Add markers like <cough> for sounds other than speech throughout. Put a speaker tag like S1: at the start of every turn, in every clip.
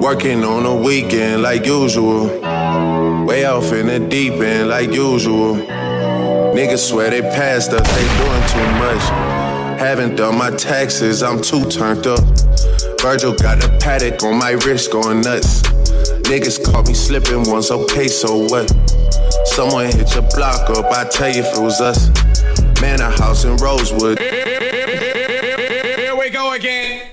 S1: Working on a weekend like usual. Way off in the deep end like usual. Niggas swear they passed us, they doing too much. Haven't done my taxes, I'm too turned up. Virgil got a paddock on my wrist going nuts. Niggas caught me slipping once, okay, so what? Someone hit your block up, I tell you if it was us. Man, a house in Rosewood.
S2: Here we go again.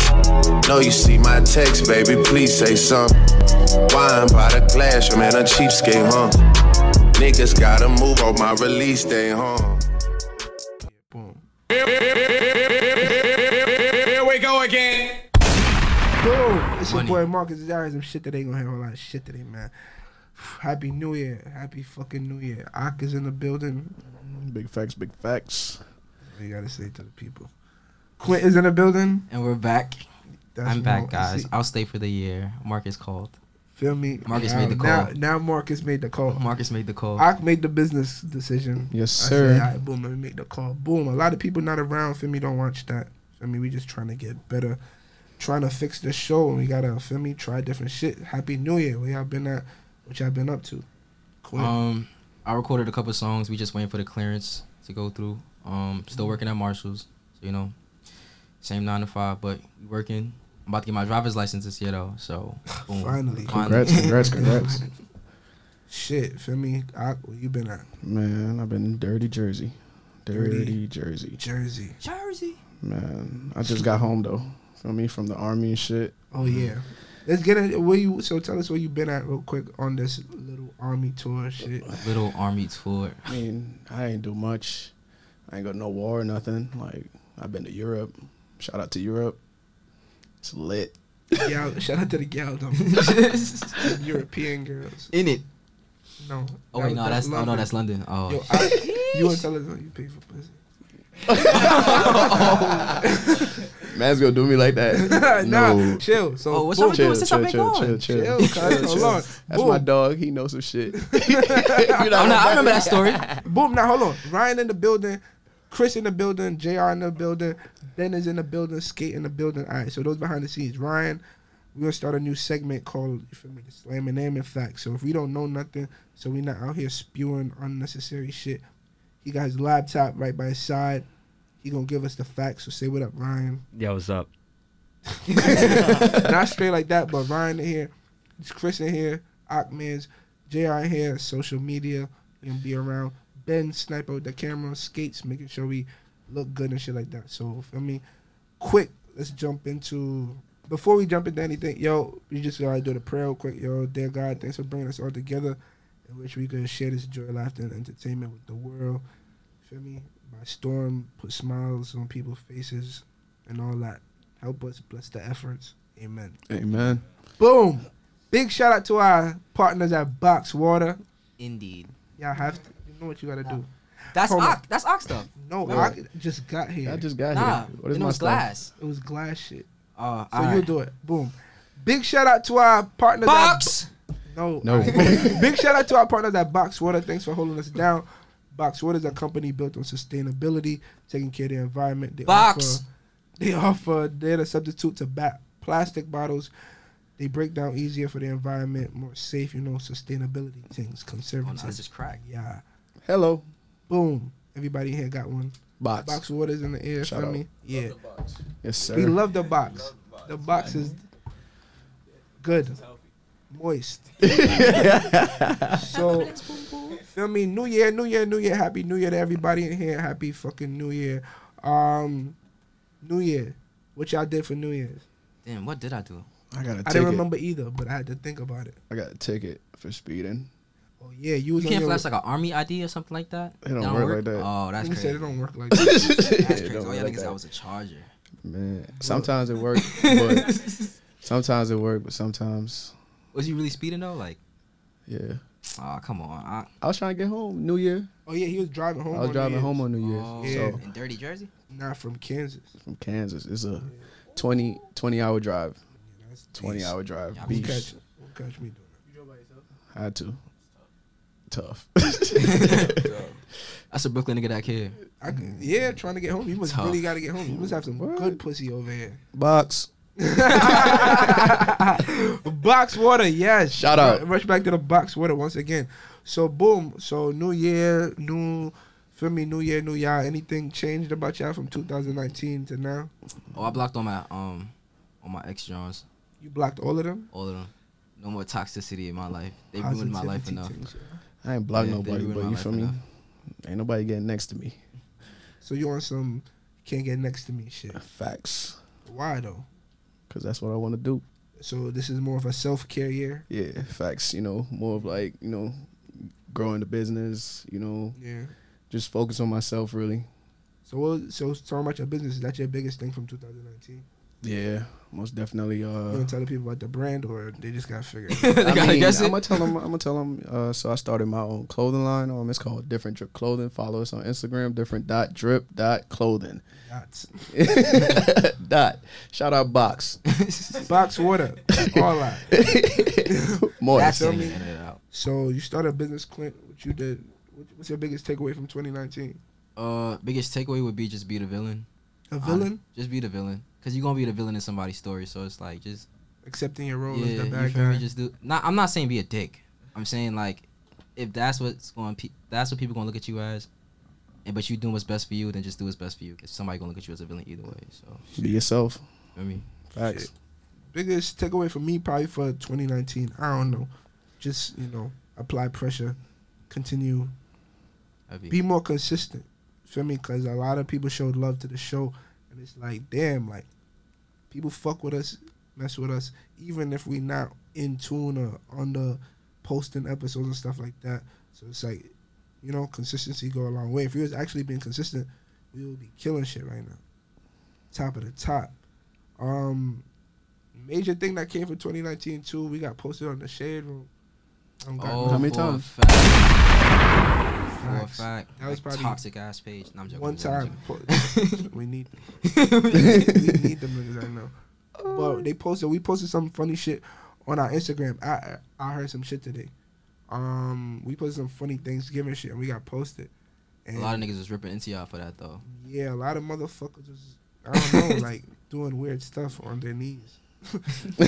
S1: No, you see my text, baby, please say something. Wine by the glass, your man a cheapskate, huh? Niggas gotta move on my release day, huh?
S2: Here we go again.
S3: Boom. It's your boy Marcus Darius. Some shit that ain't gonna have a lot of shit today, man. Happy New Year. Happy fucking New Year. Ak is in the building.
S4: Big facts, big facts.
S3: You gotta say to the people. Quint is in the building.
S5: And we're back.
S3: That's
S5: I'm back,
S3: wrong.
S5: guys.
S3: See,
S5: I'll stay for the year. Marcus called.
S3: feel me? Um,
S5: Marcus made the
S3: Now,
S5: call.
S3: now Marcus made the call.
S5: Marcus made the call.
S3: Ak made the business decision.
S4: Yes,
S3: I
S4: sir.
S3: Said, All right, boom, let me make the call. Boom. A lot of people not around. Feel me? Don't watch that. Feel me? We just trying to get better, trying to fix the show, and we gotta feel me try different shit. Happy New Year. Where y'all been at? What y'all been up to? Quinn.
S5: Um, I recorded a couple songs. We just waiting for the clearance to go through. Um,
S3: Mm-hmm.
S5: still working at Marshalls. So, you know, same nine to five, but we working. I'm about to get my driver's license this year though.
S3: <laughs>
S5: So boom.
S3: Finally.
S4: Congrats, congrats, congrats.
S3: <laughs> shit. Feel me? Ak, where you been at?
S4: Man, I've been dirty Jersey. Dirty,
S3: Dirty.
S4: Jersey.
S3: Jersey.
S5: Jersey.
S4: Man, I just got home though. Feel me? From the army and shit.
S3: Oh yeah. Let's get it. Where you? So tell us where you been at real quick on this little army tour shit.
S5: Little
S3: <laughs>
S5: army tour. <laughs>
S4: I mean, I ain't do much. I ain't got no war or nothing. Like, I've been to Europe. Shout out to Europe. It's lit.
S3: Gal, shout out to the gal, though. <laughs> European girls.
S5: In it.
S3: No.
S5: Oh wait, no, that's oh no,
S3: London.
S5: that's London. Oh,
S3: Yo, I, you want to tell us what you pay for pussy?
S4: Man's gonna do me like that.
S3: <laughs> nah, chill. So,
S5: Oh, what's
S3: boom,
S5: up? doing since I've been
S3: chill,
S5: gone?
S3: chill, hold on.
S4: That's
S3: boom,
S4: my dog. He knows
S3: <laughs>
S4: some shit.
S5: <laughs> I'm not, I remember that story.
S3: <laughs> boom. Now hold on. Ryan in the building, Chris in the building, Jr. in the building, Ben is in the building, Skate in the building. All right, so those behind the scenes, Ryan. We're gonna start a new segment called you feel me, the Slam and Name and Facts. So if we don't know nothing, so we're not out here spewing unnecessary shit. He got his laptop right by his side. He gonna give us the facts. So say what up, Ryan.
S6: Yo, what's up?
S3: <laughs> not straight like that, but Ryan in here, it's Chris in here, Achmans, JR in here, social media, and be around. Ben snipe out the camera, skates, making sure we look good and shit like that. So feel me? Quick, let's jump into before we jump into anything, yo, we just gotta do the prayer real quick, yo. Dear God, thanks for bringing us all together, in which we could share this joy, laughter, and entertainment with the world. Feel me? By storm, put smiles on people's faces, and all that. Help us bless the efforts. Amen.
S4: Amen.
S3: Boom. Big shout out to our partners at Box Water.
S5: Indeed.
S3: Y'all have to, you know what you gotta do.
S5: That's
S3: Hold on.
S5: Ock. That's Ock stuff.
S3: No,
S4: What?
S3: I just got here.
S4: I just got
S5: Nah,
S4: here. What
S5: it
S4: is my
S5: was
S4: stuff?
S5: glass.
S3: it was glass shit.
S5: Oh,
S3: So you do it. Boom. Big shout out to our partners.
S5: box.
S3: At, no,
S4: No.
S3: <laughs> Big shout out to our partners at Box Water. Thanks for holding us down. Box Water is a company built on sustainability, taking care of the environment. They
S5: Box.
S3: Offer, they offer they're the substitute to ba- plastic bottles. They break down easier for the environment, more safe, you know, sustainability things,
S5: Oh,
S3: conservative.
S5: no, that's just crack.
S3: yeah.
S4: Hello.
S3: Boom. Everybody here got one.
S4: Box.
S3: Box of waters in the air
S4: Shout
S3: for
S4: out.
S3: me. Yeah.
S4: Yes, sir. <laughs>
S3: We love the box. The box is good. Moist. so feel me? New year, new year, new year. Happy New Year to everybody in here. Happy fucking New Year. Um New Year. What y'all did for New Year's?
S5: Damn, what did I do?
S4: I got a ticket.
S3: I didn't remember either, but I had to think about it.
S4: I got a ticket for speeding.
S3: Oh yeah, you was
S5: You
S3: on
S5: can't
S3: your
S5: flash like an army ID or something like that.
S4: It don't work like that.
S5: Oh, that's
S3: Nigga
S5: crazy.
S3: said it don't work
S5: <laughs>
S3: like that.
S5: That's Oh,
S4: That's
S5: crazy. oh, yeah, niggas, I was a charger.
S4: Man, sometimes it works, but Sometimes it worked, but sometimes,
S5: Was he really speeding though? Like,
S4: yeah.
S5: oh come on. I,
S4: I was trying to get home New Year.
S3: Oh yeah, he was driving home.
S4: I was
S3: on
S4: driving
S3: New
S4: home on New Year's.
S5: oh,
S4: So
S5: in dirty jersey.
S3: Year's. Not from Kansas.
S4: from Kansas, it's a 20, 20 hour drive.
S3: That's
S4: 20 hour drive.
S5: Yeah, I was
S3: Who catch,
S4: Beast.
S3: who catch me doing that?
S4: I had to. Tough. <laughs>
S5: That's a Brooklyn nigga that kid.
S3: I could, yeah, trying to get home. You must
S5: Tough.
S3: really got to get home. You must have some
S4: Mm. What?
S3: good pussy over here.
S4: Box.
S3: box water, yes.
S4: Shout out.
S3: Ru- Rush back to the box water once again. So boom. So new year, new feel me, new year, new y'all. Anything changed about y'all from 2019 to now?
S5: Oh, I blocked on my um on my ex Johns,
S3: You blocked all of them.
S5: all of them. No more toxicity in my life. They ruined my life
S3: Positivity
S5: enough.
S3: things, yeah.
S4: I ain't blocked
S5: Yeah, they
S4: nobody,
S5: ruined
S4: but
S5: my
S4: you
S5: life
S4: feel me? <laughs>
S5: enough.
S4: Ain't nobody getting next to me.
S3: So you on some can't get next to me shit.
S4: Facts.
S3: Why though?
S4: Cause that's what I want to do.
S3: So this is more of a self care year.
S4: Yeah, facts. You know, more of like you know, growing the business. You know,
S3: Yeah.
S4: just focus on myself really.
S3: So what, so talking about your business, is that your biggest thing from 2019?
S4: Yeah, most definitely.
S3: you <laughs>
S4: Uh,
S3: don't tell the people about the brand, or they just gotta figure. it
S5: they
S3: out?
S5: gotta <laughs> guess
S4: I'm
S5: it.
S4: gonna tell them. I'm gonna tell them. Uh, so I started my own clothing line. Um, it's called Different Drip Clothing. Follow us on Instagram. Different dot drip dot clothing.
S5: <laughs>
S4: <laughs>
S3: That's-
S4: dot. Shout out Box.
S5: <laughs>
S3: Box water, all
S4: <laughs>
S3: that.
S4: More.
S5: That's
S3: Feel
S5: it. <laughs>
S3: me?
S5: Edit it out.
S3: So you started a business, Clint. What you did? what- What's your biggest takeaway from 2019?
S5: Uh, biggest takeaway would be just be the villain.
S3: A
S5: Hon-
S3: villain
S5: Just be the villain, cause you're gonna be the villain in somebody's story. So it's like just
S3: accepting your role as
S5: yeah,
S3: the
S5: you
S3: bad
S5: feel me?
S3: guy.
S5: Just do. Not, I'm not saying be a dick. I'm saying like, if that's what's going, pe- that's what people gonna look at you as. And but you doing what's best for you, then just do what's best for you. Cause somebody gonna look at you as a villain either way. So
S4: Be yourself.
S5: I mean,
S4: Facts.
S3: biggest takeaway for me probably for 2019. I don't know. Just you know, apply pressure, continue,
S5: I'd be,
S3: be more consistent. Feel me? Because a lot of people showed love to the show, and it's like, damn, like people fuck with us, mess with us, even if we not in tune or on the posting episodes and stuff like that. So it's like, you know, consistency go a long way. If we was actually being consistent, we would be killing shit right now. Top of the top. Um, major thing that came from 2019 too. We got posted on the Shade Room. Um, got
S5: oh,
S4: How many
S5: for a
S4: times?
S5: fact. For a
S3: Facts.
S5: fact,
S3: That was
S5: like,
S3: probably
S5: toxic ass page. No, I'm joking.
S3: one
S5: I'm joking, I'm
S3: time. po-
S5: joking.
S3: <laughs> we need them. we need them niggas right now. But they posted we posted some funny shit on our Instagram. I I heard some shit today. Um we posted some funny Thanksgiving shit and we got posted. And
S5: <laughs> A
S3: <laughs>
S5: lot of niggas was ripping into y'all for that though.
S3: yeah, a lot of motherfuckers was I don't know, like doing weird stuff on their knees.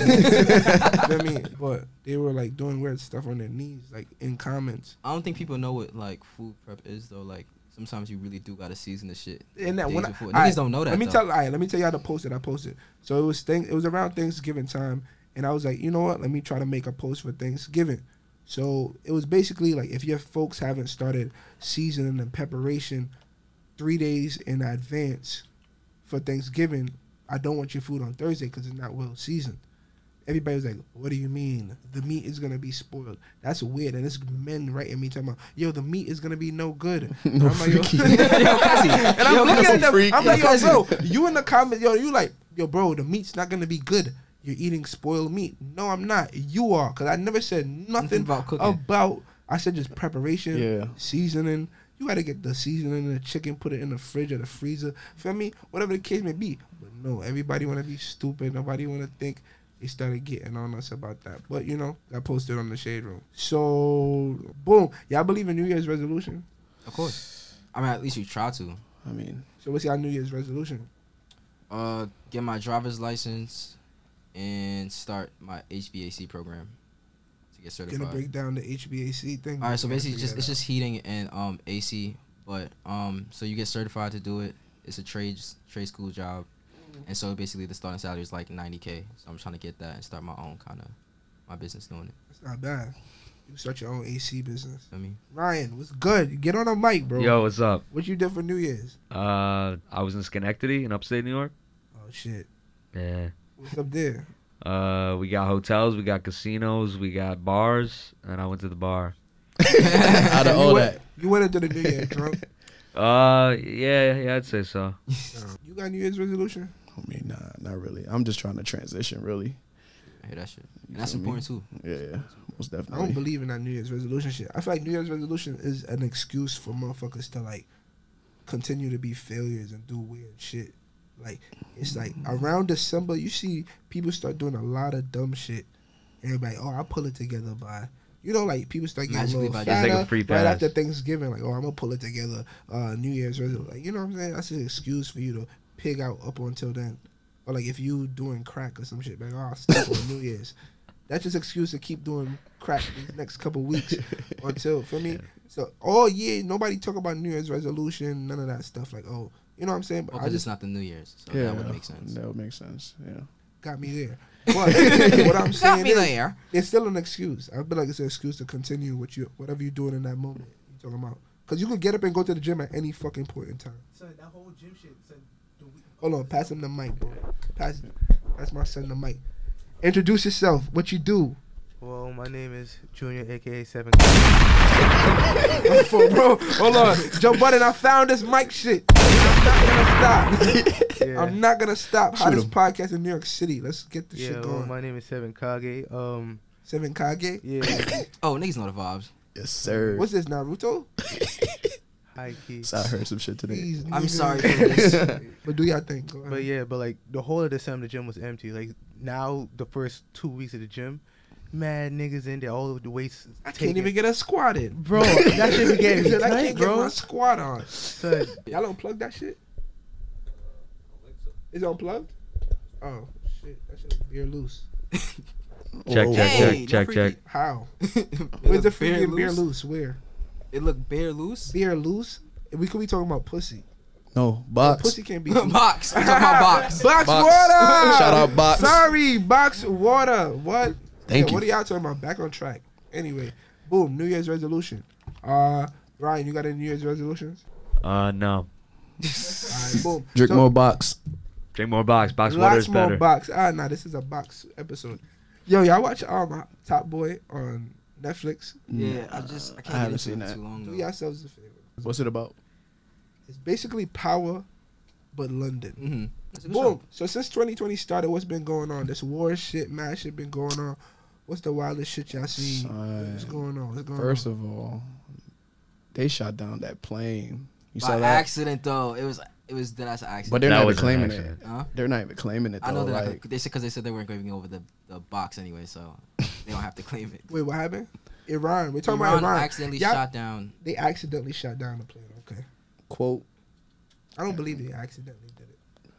S3: I mean, but they were like doing weird stuff on their knees, like in comments.
S5: I don't think people know what like food prep is though. Like sometimes you really do gotta season the shit.
S3: And that
S5: days
S3: when I,
S5: before.
S3: alright,
S5: niggas don't know that.
S3: Let me
S5: though.
S3: tell. All right, let me tell y'all the post that I posted. So it was thing. It was around Thanksgiving time, and I was like, you know what? Let me try to make a post for Thanksgiving. So it was basically like if your folks haven't started seasoning and preparation three days in advance for Thanksgiving, I don't want your food on Thursday because it's not well seasoned. Everybody was like, "What do you mean? The meat is gonna be spoiled? That's weird." And it's men writing me talking about, "Yo, the meat is gonna be no
S5: <laughs>
S3: good."
S4: No
S3: I'm like, yo-
S4: freaky.
S5: Yo, Cassie.
S3: and I'm
S5: Yo,
S3: looking
S5: Cassie.
S3: at them.
S4: freak.
S3: I'm like, yo,
S5: Listen.
S3: bro, you in the comments, yo, you like, yo, bro, the meat's not gonna be good. You're eating spoiled meat. No, I'm not. You are, cause I never said nothing
S5: about
S3: about
S5: cooking.
S3: I said just preparation,
S4: Yeah.
S3: seasoning. You gotta get the seasoning and the chicken, put it in the fridge or the freezer. Feel me? Whatever the case may be. But no, everybody wanna be stupid. Nobody wanna think. They started getting on us about that. But you know, I posted on the shade room. So boom, y'all believe in New Year's resolution?
S5: Of course. I mean, at least you try to.
S4: I mean, <laughs>
S3: So what's y'all New Year's resolution?
S5: Uh, get my driver's license and start my HVAC program to get
S3: gonna
S5: certified.
S3: break down the HVAC thing.
S5: All right, so
S3: We gotta
S5: basically,
S3: figure
S5: just
S3: that
S5: it's
S3: out.
S5: just heating and um AC, but um, so you get certified to do it. It's a trade trade school job, and so basically the starting salary is like 90k. So I'm trying to get that and start my own kind of my business doing it.
S3: it's not bad. You start your own AC business.
S5: Feel me?
S3: Ryan, what's good? Get on the mic, bro.
S6: Yo, what's up?
S3: what you did for New Year's?
S6: Uh, I was in Schenectady in upstate New York.
S3: Oh shit,
S6: Yeah.
S3: what's up there?
S6: Uh, we got hotels, we got casinos, we got bars, and I went to the bar.
S4: out of
S3: You
S4: all
S3: went-
S4: that,
S3: you went into the New
S5: <laughs>
S3: Year drunk.
S6: Uh, yeah, yeah, I'd say so.
S3: Um, you got New Year's resolution?
S4: I mean, nah, not really. I'm just trying to transition, really.
S5: I hear that shit. And that's
S4: feel me?
S5: important too.
S4: Yeah, yeah, most
S3: I don't
S4: definitely.
S3: believe in that New Year's resolution shit. I feel like New Year's resolution is an excuse for motherfuckers to like continue to be failures and do weird shit. Like it's like around December, you see people start doing a lot of dumb shit. Everybody, oh, I'll pull it together by. You know, like people start getting
S5: Magically
S3: a
S5: by
S3: little
S5: just
S6: like a
S3: fatter
S6: free
S3: right
S6: pass.
S3: after Thanksgiving. Like, oh, I'm gonna pull it together. Uh, New Year's resolution, like you know what I'm saying? That's an excuse for you to pig out up until then. Or like if you doing crack or some shit, like oh, I'll stop on New Year's. That's just excuse to keep doing crack these next couple weeks until for me. So all year, nobody talk about New Year's resolution, none of that stuff. Like oh, you know what I'm saying? But
S5: Well,
S3: I
S5: 'cause
S3: just
S5: it's not the New Year's, so
S4: yeah,
S5: that would make
S4: <laughs>
S5: sense.
S4: That would make sense. Yeah.
S3: got me there. But
S5: <laughs>
S3: what I'm saying is,
S5: there.
S3: it's still an excuse. I feel like it's an excuse to continue what you whatever you're doing in that moment. You talking about? Because you could get up and go to the gym at any fucking point in time.
S7: So that whole gym shit. So do we,
S3: Hold on, pass him the mic, bro. Pass, pass my son the mic. Introduce yourself. What you do?
S7: well, my name is Junior, aka Seven.
S3: I'm for- bro, hold on. Joe Budden, I found this mic shit. I'm not gonna stop.
S7: Yeah,
S3: I'm not gonna stop.
S4: Shoot
S3: Hottest
S4: him.
S3: podcast in New York City. Let's get this
S7: yeah.
S3: shit
S7: Well,
S3: going.
S7: my name is Seven Kage. Um,
S3: Seven Kage.
S7: yeah, <laughs>
S5: Oh, niggas know the vibes.
S4: Yes, sir.
S3: What's this, Naruto?
S7: high key.
S4: So I heard some shit today.
S3: These
S5: I'm
S3: niggas.
S5: sorry for this.
S3: But do y'all think? Go ahead.
S7: But yeah, but like the whole of December, the gym was empty. Like now, the first two weeks of the gym, mad niggas in there, all the weights.
S3: I can't even get a squat in.
S7: Bro, that shit
S3: <laughs>
S7: be <laughs> getting me
S3: Said I
S7: tight,
S3: can't get
S7: bro.
S3: my squat on.
S7: Son,
S3: Y'all don't plug that shit? It's unplugged? Oh, shit. That shit was beer loose.
S6: Check,
S4: Whoa.
S6: check,
S5: Hey,
S6: check,
S5: no
S6: check, check.
S3: How?
S5: Where's
S3: Where's the freaking beer loose? Where?
S5: It look bare <laughs> loose.
S3: Beer loose? We could be talking about pussy.
S4: <laughs> No box.
S3: Pussy can't be.
S5: <laughs> box. I'm talking about
S4: <laughs>
S5: box.
S3: box,
S4: Box.
S3: water.
S4: Shout out box.
S3: Sorry, box water. What?
S4: Thank
S3: What are
S4: you.
S3: y'all talking about? Back on track. Anyway, boom. New Year's resolution. Uh, Ryan, you got any New Year's resolutions?
S6: Uh, no.
S3: All right, boom.
S4: Drink
S3: So-
S4: more box.
S6: Drink more box. Box water
S3: Lots
S6: is
S3: more
S6: better.
S3: box. Ah, nah, this is a box episode. Yo, y'all watch um Top Boy on Netflix.
S5: Yeah, I just I can't
S4: haven't
S5: get
S4: seen
S5: seen that
S4: that.
S5: too long.
S3: Do
S5: Though.
S3: yourselves a favor.
S4: What's it about?
S3: It's basically Power, but London.
S5: Mm-hmm. That's a good
S3: Boom. So since 2020 started, what's been going on? This war shit, mad shit been going on. What's the wildest shit y'all see?
S4: Son.
S3: What's going on? What's going
S4: First
S3: on?
S4: of all, they shot down that plane. You
S5: By
S4: saw that?
S5: accident though, it was it was that's an accident.
S4: But they're
S6: That
S4: not
S6: was
S4: even
S6: an
S4: claiming it.
S6: accident.
S5: Huh?
S4: They're not even claiming it though.
S5: I know they're not.
S4: like,
S5: gonna- They said because they said they weren't going over the, the box anyway, so they don't have to claim it.
S3: Wait, what happened? Iran. We're talking
S5: Iran
S3: about Iran.
S5: accidentally
S3: Y'all-
S5: shot down.
S3: They accidentally shot down the plane. Okay.
S4: quote.
S3: I don't believe they accidentally did it.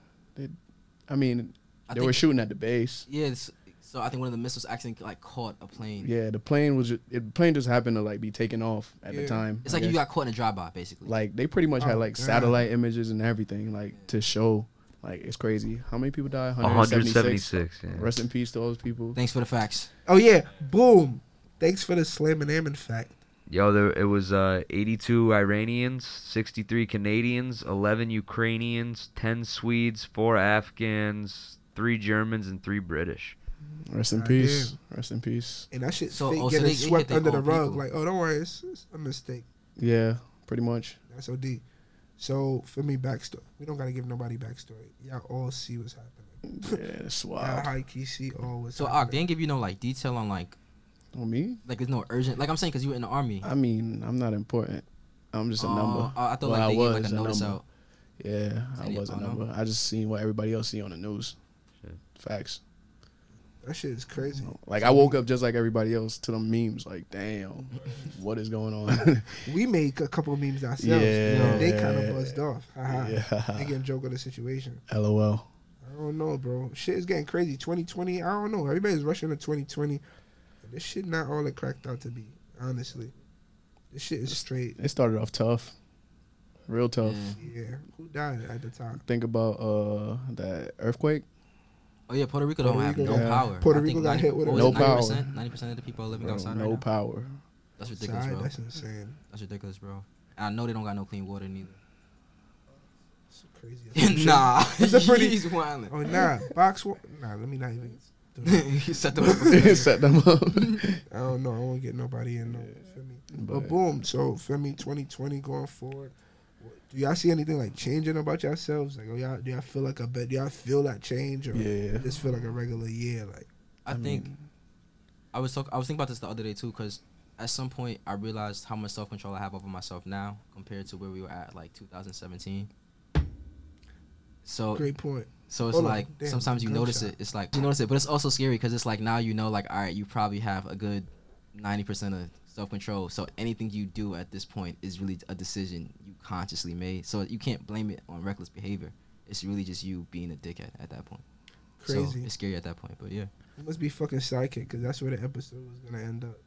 S4: I mean,
S5: I
S4: they
S5: think,
S4: were shooting at the base.
S5: yeah, it's- so I think one of the missiles accidentally like caught a plane.
S4: Yeah, the plane was. Just, it, the plane just happened to like be taken off at
S3: Yeah.
S4: the time.
S5: It's
S4: I
S5: like you
S4: guess.
S5: got caught in a drive-by, basically.
S4: like they pretty much had
S3: Oh,
S4: like
S3: God.
S4: satellite images and everything like to show. Like it's crazy. How many people died?
S6: 176. yeah.
S4: Rest in peace to all those people.
S5: Thanks for the facts.
S3: Oh yeah. Boom. Thanks for the slam and ammon fact.
S6: Yo, there it was uh, 82 Iranians, 63 Canadians, 11 Ukrainians, 10 Swedes, 4 Afghans, 3 Germans, and 3 British.
S4: Rest in
S3: I
S4: peace.
S3: did.
S4: Rest in peace.
S3: and that shit
S5: So-
S3: fake
S5: oh, so
S3: getting
S5: they- they
S3: swept
S5: hit their
S3: under the
S5: own
S3: rug.
S5: people.
S3: Like, oh, don't worry, it's, it's a mistake.
S4: Yeah,
S5: <laughs>
S4: pretty much.
S3: That's OD. So for me, backstory. We don't gotta give nobody backstory. Y'all all see what's happening.
S4: Yeah, that's
S3: Y'all
S4: wild.
S3: high key see all what's
S5: So Og,
S3: happening.
S5: they didn't give you no like detail on like
S4: On me?
S5: like there's no urgent. Like I'm saying, because you were in the army.
S4: I mean, I'm not important. I'm just a
S5: Oh,
S4: number.
S5: oh, I thought
S4: Well,
S5: like they gave like
S4: was
S5: a notice
S4: number.
S5: out.
S4: Yeah, I
S5: Any-
S4: was a
S5: oh, no?
S4: number. I just seen what everybody else see on the news.
S6: Shit.
S4: Facts.
S3: that shit is crazy.
S4: Like I woke up just like everybody else to them memes. Like,
S5: <laughs>
S4: damn, what is going on? <laughs>
S3: We made a couple memes ourselves.
S4: Yeah.
S3: And they kind of buzzed off. Haha.
S4: yeah.
S3: Making a joke of the situation.
S4: <laughs> LOL.
S3: I don't know, bro. Shit is getting crazy. 2020. I don't know. Everybody's rushing to 2020. This shit not all it cracked out to be. Honestly, this shit is straight.
S4: It started off tough, real tough.
S5: Yeah.
S3: Yeah. Who died at the time?
S4: Think about uh that earthquake.
S5: Oh yeah, Puerto Rico
S3: Puerto
S5: don't have
S3: Rico
S5: no
S4: got-
S5: power.
S3: Puerto
S5: I think
S3: Rico got hit with
S5: what
S3: it.
S5: was
S4: No
S5: it,
S4: power.
S5: 90%? Ninety percent of the people are living
S4: Bro,
S5: outside
S4: no
S5: right now. <laughs>
S4: power. <laughs>
S5: That's ridiculous,
S3: Sorry,
S5: bro.
S3: That's insane.
S5: That's
S3: <laughs>
S5: ridiculous, bro. And I know they don't got no clean water neither.
S3: It's
S5: <laughs>
S3: crazy. <laughs>
S5: nah,
S3: It's a pretty-
S5: He's wilding.
S3: Oh nah, box. Wa- nah, let me not even. Do that.
S5: <laughs> he set
S3: <laughs>
S5: them up.
S4: Set them up. <laughs>
S3: I don't know. I won't get nobody in. No, feel me. But,
S4: But-
S3: boom. So feel me. Twenty twenty going forward. wh- Do y'all see anything like changing about yourselves? Like, oh, y'all, do y'all feel like a bet? Do y'all feel that change, or
S4: Yeah.
S3: just feel like a regular year? Like,
S5: I, think I was talk- I was thinking about this the other day too, because at some point I realized how much self control I have over myself now compared to where we were at like 2017. So
S3: Great point.
S5: so it's
S3: Hold on.
S5: like
S3: Damn,
S5: sometimes you notice
S3: gunshot.
S5: it. It's like you notice it, but it's also scary because it's like now you know like all right, you probably have a good ninety percent of self control. So anything you do at this point is really a decision you consciously made. So you can't blame it on reckless behavior. It's really just you being a dickhead at that point. So
S3: Crazy.
S5: it's scary at that point,
S3: <laughs>
S5: but yeah. <laughs>
S3: It must be fucking psychic because that's where the episode was gonna end up.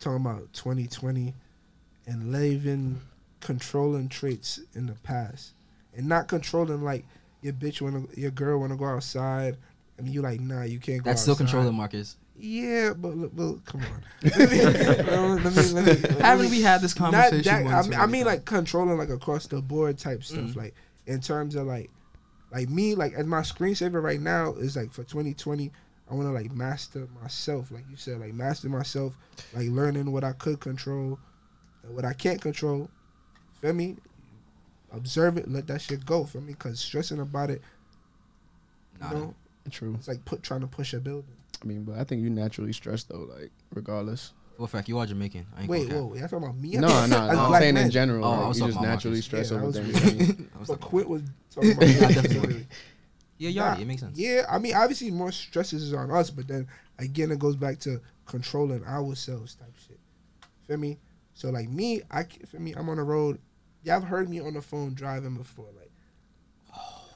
S3: Talking about 2020, enlaving, controlling traits in the past, and not controlling like your bitch wanna, your girl wanna go outside, and you like nah, you can't go.
S5: That's still
S3: outside.
S5: controlling, Marcus.
S3: Yeah, but, look- look, come
S4: <laughs>
S3: on. <laughs> let me, let me, let me, let me-
S5: Haven't we had this
S3: Not
S5: conversation?
S3: that- I
S5: once
S3: mean, I
S5: already?
S3: mean, like controlling like across the board type stuff,
S5: Mm-hmm.
S3: like in terms of like, like me, like as my screensaver right now is like for 2020, I want to like master myself, like you said, like master myself, like learning what I could control, and what I can't control. Feel me? Observe it, let that shit go. Feel me? Cause stressing about it,
S5: Nah.
S3: you know,
S4: True.
S3: it's like put trying to push a building.
S4: I mean, but I think you naturally stress though, like regardless.
S5: Well, in fact, you are Jamaican. I ain't
S3: Wait,
S5: gonna
S3: whoa,
S5: <laughs> cap.
S3: wait, y'all talking about me?
S4: No, no,
S3: <laughs> As
S4: I'm
S3: black
S4: saying
S3: men.
S4: in general,
S5: Oh, I
S4: like,
S5: was
S4: you
S5: talking
S4: just
S5: about
S4: naturally
S5: Marcus.
S4: stress
S3: Yeah, I
S4: over
S3: was
S4: <laughs> things.
S5: I was
S3: But
S5: like,
S3: Quint was
S5: <laughs>
S3: talking about
S5: Yeah, I
S3: me.
S5: definitely would. yeah, you are. It makes sense.
S3: Yeah, I mean, obviously more stresses is on us, but then again, it goes back to controlling ourselves type shit. Feel me? So like me, I c- feel me. I'm on the road. Y'all have heard me on the phone driving before. Like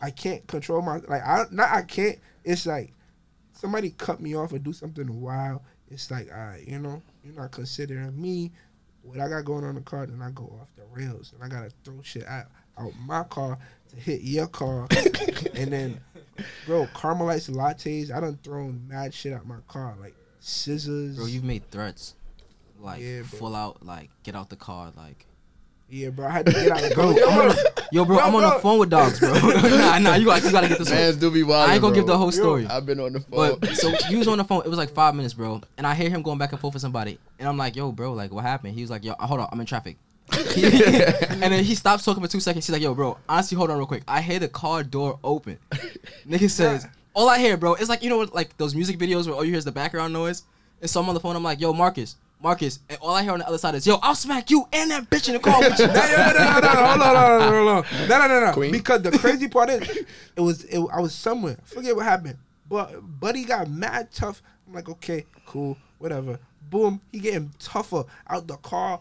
S3: I can't control my like. I not I can't. It's like somebody cut me off or do something wild. It's like all right, you know, you're not considering me. What I got going on in the car, then I go off the rails and I gotta throw shit out out my car to hit your car, and then Bro, caramelites lattes. I done thrown mad shit out my car, like scissors.
S5: Bro, you've made threats. Like,
S3: Yeah, bro.
S5: full out, like, get out the car. Like,
S3: yeah, bro. I had to get out
S5: <laughs>
S3: of
S5: bro,
S3: go.
S5: I'm on the, yo, bro,
S3: Yo,
S5: I'm on
S3: bro.
S5: the phone with dogs, bro. nah, nah, you gotta, you gotta get this one.
S4: Man's do be wild.
S5: I ain't gonna give the whole story.
S4: I've been on the phone.
S5: But so you was on the phone. It was like five minutes, bro. And I hear him going back and forth with somebody. And I'm like, yo, bro, like, what happened? He was like, yo, uh, hold on, I'm in traffic. <laughs>
S4: <laughs>
S5: and then he stops talking for two seconds. He's like, yo, bro, honestly, hold on real quick. I hear the car door open. Nigga says, all I hear, bro, it's like, you know what, like those music videos where all you hear is the background noise? And so I'm on the phone, I'm like, yo, Marcus, Marcus. And all I hear on the other side is, yo, I'll smack you and that bitch in the car with
S3: <laughs>
S5: you.
S3: no, no, no, no, no, hold on, hold on, hold on, hold on. No, no, no, no.
S4: Queen.
S3: Because the crazy part is, it was it, I was somewhere. I forget what happened, but Buddy got mad tough. I'm like, okay, cool, whatever. Boom, he getting tougher out the car,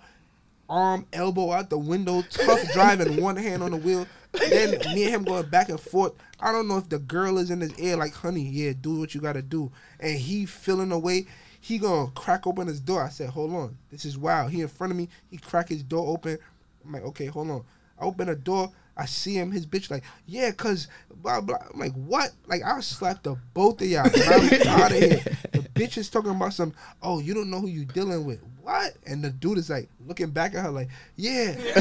S3: arm, elbow out the window, tough driving, one hand on the wheel. Then me and him going back and forth. I don't know if the girl is in his ear like, honey, yeah, do what you gotta do, and he feeling away. He gonna crack open his door. I said, hold on, this is wild. He in front of me. He crack his door open. I'm like, okay, hold on. I open the door. I see him. His bitch like, yeah, cause blah blah. I'm like, what? Like, I'll slap the both of y'all. and I'm out of here. The bitch is talking about some. Oh, you don't know who you dealing with. What? And the dude is like looking back at her like, yeah, <laughs>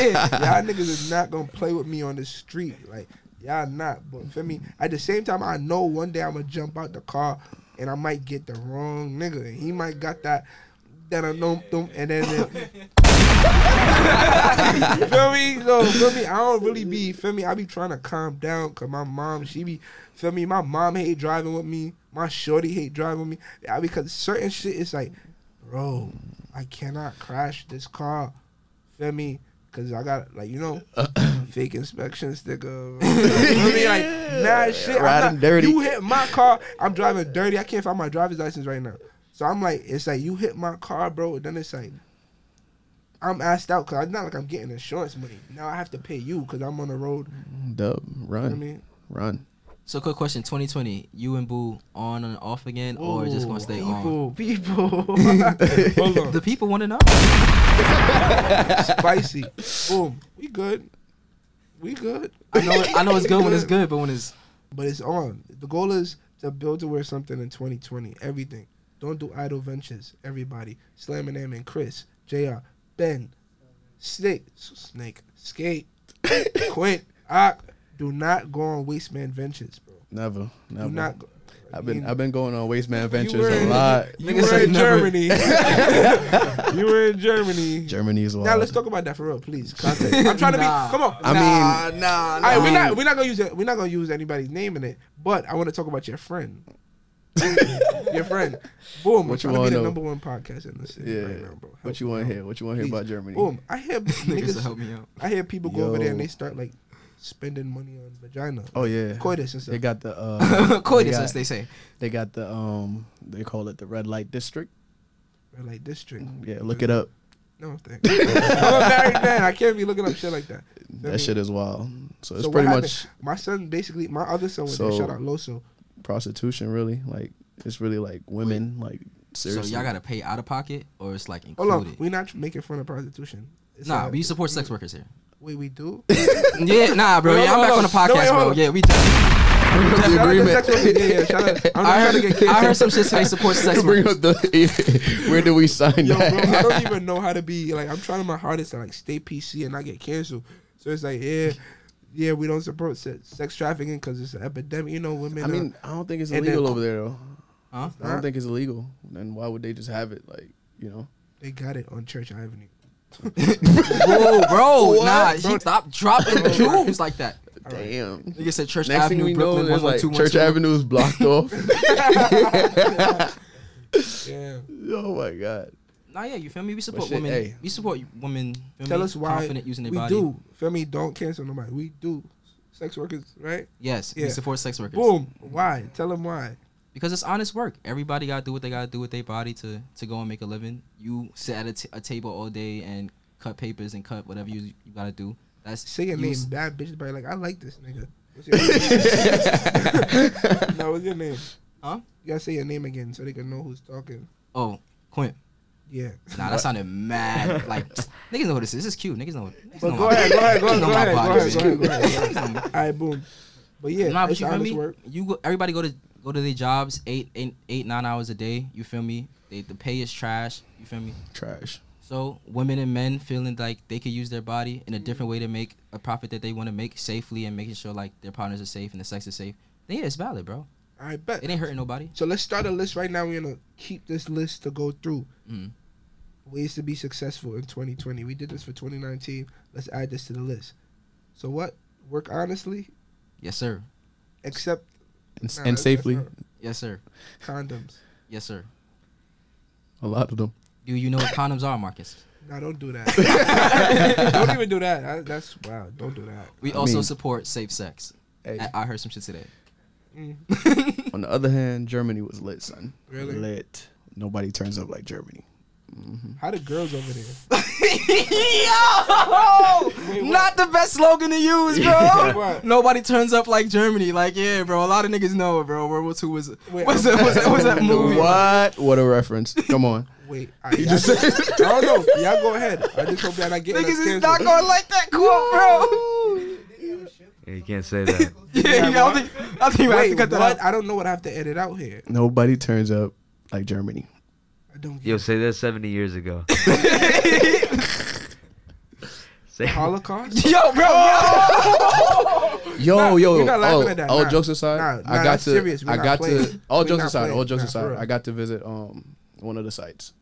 S3: yeah. Y'all niggas is not gonna play with me on the street. Like, y'all not. But for me, at the same time, I know one day I'm gonna jump out the car and I might get the wrong nigga. And he might got that. That I know, and then feel me? So feel me? I don't really be feel me. I be trying to calm down cause my mom, she be feel me. My mom hate driving with me. My shorty hate driving with me. I, because certain shit is like, bro, I cannot crash this car. Feel me? Cause I got like you know, fake inspection sticker. feel me? Like mad shit. I'm
S4: Riding
S3: not-
S4: dirty.
S3: You hit my car. I'm driving dirty. I can't find my driver's license right now. So I'm like, it's like you hit my car, bro. Then it's like. I'm asked out because it's not like I'm getting insurance money. Now I have to pay you because I'm on the road.
S4: Dub,
S3: You know what I
S4: run,
S3: mean,
S4: run.
S5: So, quick question 2020, you and Boo on and off again, or just gonna stay on?
S3: people, people.
S5: <laughs>
S3: Hold on,
S5: The people wanna know.
S3: spicy. Boom, we good. We good.
S5: I know, I know it's good when it's good, but when
S4: <laughs>
S5: it's. <laughs>
S3: but it's on. The goal is to build to where something in 2020. Everything. Don't do idle ventures. Everybody. Slam and Am and Chris, Jr, Ben, Snake, S- Snake, Skate, <coughs> Quint, Ock. Do not go on Wasteman Ventures, bro.
S4: Never, never.
S3: Do not. Go.
S4: I've
S3: I
S4: been
S3: mean-
S4: I've been going on Wasteman
S3: were
S4: Ventures a
S3: in-
S4: lot.
S3: You
S5: Niggas
S3: were
S5: say
S4: <laughs>
S3: in
S5: never.
S3: <laughs> Germany. you were in Germany.
S4: Germany is wild.
S3: Now let's talk about that for real, please. Context. <laughs> I'm trying to
S5: Nah.
S3: be. Come on.
S4: I mean,
S5: nah,
S4: <laughs>
S3: All right, we're not we're not gonna use it. We're not gonna use anybody's name in it. But I want to talk about your friend. your friend. Boom.
S4: What
S3: What
S4: you
S3: you want to be
S4: wanna know?
S3: the number one podcast in the city
S4: Yeah.
S3: right now, bro.
S4: What
S3: Help
S4: you
S3: me
S4: want
S3: out.
S4: to hear? What you want to hear
S3: Please. Oh,
S4: about Germany?
S3: Boom. I
S4: <laughs>
S3: hear
S5: Niggas to
S3: niggas.
S5: help me out.
S3: I hear people go over there and
S4: Yo.
S3: they start like spending money on vagina,
S4: Oh yeah.
S3: coitus and
S4: They
S3: stuff.
S4: got
S3: <laughs>
S4: the uh,
S5: Coitus,
S4: They
S5: as
S4: got,
S5: they say.
S4: they got the um. They call it the red light district.
S3: Or, like district.
S4: Yeah, look it up.
S3: No thanks. <laughs> I'm a married man. I can't be looking up shit like that.
S4: That shit is wild. So it's
S3: So what
S4: pretty
S3: happened?
S4: much
S3: My son basically, my other son was
S4: So-
S3: there. Shout out Loso.
S4: prostitution, really. Like it's really like women, like seriously.
S5: So y'all gotta pay out of pocket, or it's like
S3: Hold
S5: included.
S3: on, we're not making fun of prostitution. It's
S5: nah,
S3: a-
S5: we support sex workers here.
S3: Wait, we
S4: <laughs>
S3: do.
S5: yeah, nah, bro.
S3: Wait,
S5: yeah, I'm
S3: hold on,
S5: back
S3: hold
S5: on the
S3: on. No, wait,
S5: podcast,
S3: hold
S5: bro.
S3: on.
S5: Yeah, we. T-
S4: <laughs> the
S3: Shout out to
S4: agreement.
S3: sex workers. Yeah, yeah. Shout out. <laughs> I'm not
S5: I
S3: trying to
S5: heard,
S3: get
S5: <laughs>
S3: kicked.
S5: I heard some shit
S3: <laughs>
S5: say support sex
S4: <laughs> Bring
S5: workers.
S4: up the. <laughs> Where do we sign
S3: Yo, bro,
S4: that?
S3: I don't even know how to be like. I'm trying my hardest to like stay PC and not get canceled. So it's like, yeah, yeah, we don't support se- sex trafficking because it's an epidemic. You know, women. uh,
S4: I mean, I don't think it's
S3: And
S4: illegal
S3: then-
S4: over there though.
S5: Huh?
S4: I don't think it's illegal. Then why would they just have it? Like you know.
S3: they got it on Church Avenue.
S5: Whoa, bro, nah,
S3: Bro.
S5: he
S3: <laughs>
S5: stop dropping jewels like that.
S4: Damn.
S5: Nigga said Church
S4: Next thing
S5: Avenue,
S4: we know,
S5: Brooklyn,
S4: there's
S5: one
S4: like Church Avenue
S3: <laughs>
S4: is blocked off. <laughs>
S3: Yeah.
S4: oh my god.
S5: Nah, yeah, you feel me? We support
S4: shit,
S5: women.
S4: hey.
S5: We support women. feel
S3: Tell
S5: me?
S3: us why
S5: confident using their
S3: we
S5: body.
S3: do. Feel me? Don't cancel nobody. We do. Sex workers, right?
S5: Yes,
S3: Yeah.
S5: we support sex workers.
S3: Boom. Why? Tell them why.
S5: because it's honest work. Everybody gotta do what they gotta do with their body to to go and make a living. You sit at a, t- a table all day and cut papers and cut whatever you you gotta do. That's
S3: Say your
S5: you
S3: name,
S5: s-
S3: bad bitches, but like I like this nigga. What's <laughs>
S5: <laughs>
S3: your name? no, what's your name?
S5: Huh?
S3: You gotta say your name again so they can know who's talking.
S5: Oh, Quint.
S3: Yeah.
S5: Nah, that
S3: <laughs>
S5: sounded mad. Like niggas know what this is. This is cute. Niggas know. Niggas
S3: But
S5: know
S3: go
S5: my-
S3: ahead, go ahead, go ahead,
S5: niggas <laughs> know
S3: go
S5: my
S3: ahead,
S5: body,
S3: go ahead,
S5: man.
S3: go
S5: <laughs>
S3: ahead,
S5: Niggas know my-
S3: All right, boom. But yeah,
S5: nah, but
S3: it's
S5: you feel
S3: honest
S5: me?
S3: work.
S5: You go, everybody go to go to their jobs eight, eight, eight, nine hours a day. You feel me? They, the pay is trash. You feel me?
S4: Trash.
S5: So women and men feeling like they could use their body in a different way to make a profit that they want to make safely and making sure like their partners are safe and the sex is safe. Then yeah, it's valid, bro.
S3: I bet.
S5: It ain't hurting nobody.
S3: So let's start a list right now. We're gonna keep this list to go through.
S5: Mm.
S3: Ways to be successful in 2020. We did this for 2019. Let's add this to the list. So what? Work honestly,
S5: Yes, sir.
S3: except
S4: And,
S3: Nah,
S4: and
S3: that's-
S4: safely,
S3: that's
S5: Yes, sir.
S3: condoms.
S5: Yes, sir.
S4: a lot of them.
S5: Do you know what condoms are, Marcus?
S3: No, don't do that. <laughs> don't even do that. I, that's wow. Don't do that.
S5: We
S4: I
S5: also
S4: mean-
S5: support safe sex.
S4: Hey,
S5: I, I heard some shit <laughs> today.
S3: Mm.
S4: on the other hand, Germany was lit, son.
S3: Really?
S4: Lit. Nobody turns up like Germany.
S3: How the girls over
S5: <laughs>
S3: there?
S5: Yo, <laughs> not the best slogan to use, bro.
S3: What?
S5: <laughs> Nobody turns up like Germany. Like, yeah, bro. A lot of niggas know, it, bro. World War II was <laughs>
S3: Wait,
S5: was that was, that- was
S4: <laughs>
S5: that movie?
S4: What? What a reference.
S3: <laughs>
S4: Come on.
S3: Wait, I, I, just, I don't know. Y'all go ahead. I just hope that I get.
S5: Niggas is not gonna like that quote, <laughs> bro.
S6: Yeah, you can't say that.
S5: yeah, yeah, I think I think we have to
S3: Wait,
S5: cut that
S3: what?
S5: out.
S3: I don't know what I have to edit out here.
S4: Nobody turns up like Germany.
S3: I don't.
S6: Yo,
S3: Get
S6: say that 70
S4: <laughs>
S6: years ago. say,
S3: Holocaust.
S5: Yo, bro.
S4: Yo,
S3: Nah,
S4: yo.
S3: you're not laughing
S4: all
S3: at that.
S4: all
S3: Nah.
S4: jokes aside,
S3: Nah, nah,
S4: I got
S3: that's
S4: to.
S3: serious. We're
S4: I
S3: not
S4: got to.
S3: playing.
S4: All
S3: We're
S4: jokes
S3: not
S4: aside.
S3: playing.
S4: All jokes
S3: Nah, for
S4: aside.
S3: real. Mm.
S4: I got to visit um one of the sites.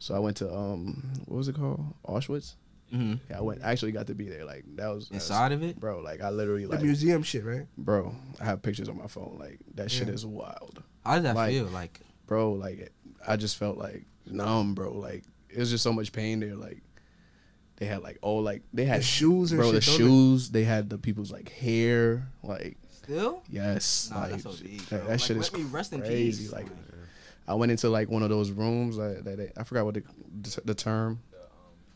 S4: So I went to um what was it called Auschwitz.
S5: hmm
S4: Yeah, I went. I actually got to be there. Like that was that was-
S5: Inside of it,
S4: bro. Like I literally
S3: The
S4: like
S3: museum shit, right?
S4: bro. I have pictures on my phone. Like that shit
S3: Yeah.
S4: is wild,
S5: how did that
S4: Like-
S5: feel? Like,
S4: bro. Like I just felt like numb, bro. Like it was just so much pain there. Like they had like oh like they had
S3: The shoes and
S4: bro.
S3: shit,
S4: the
S3: don't they?
S4: shoes. They had the people's like hair. Like
S5: still?
S4: yes,
S5: Nah,
S4: like,
S5: that's OD,
S4: that-
S5: bro.
S4: That,
S5: Like,
S4: shit is
S5: let me rest in
S4: crazy.
S5: peace.
S4: Like I went into like one of those rooms like, that they, I forgot what the the term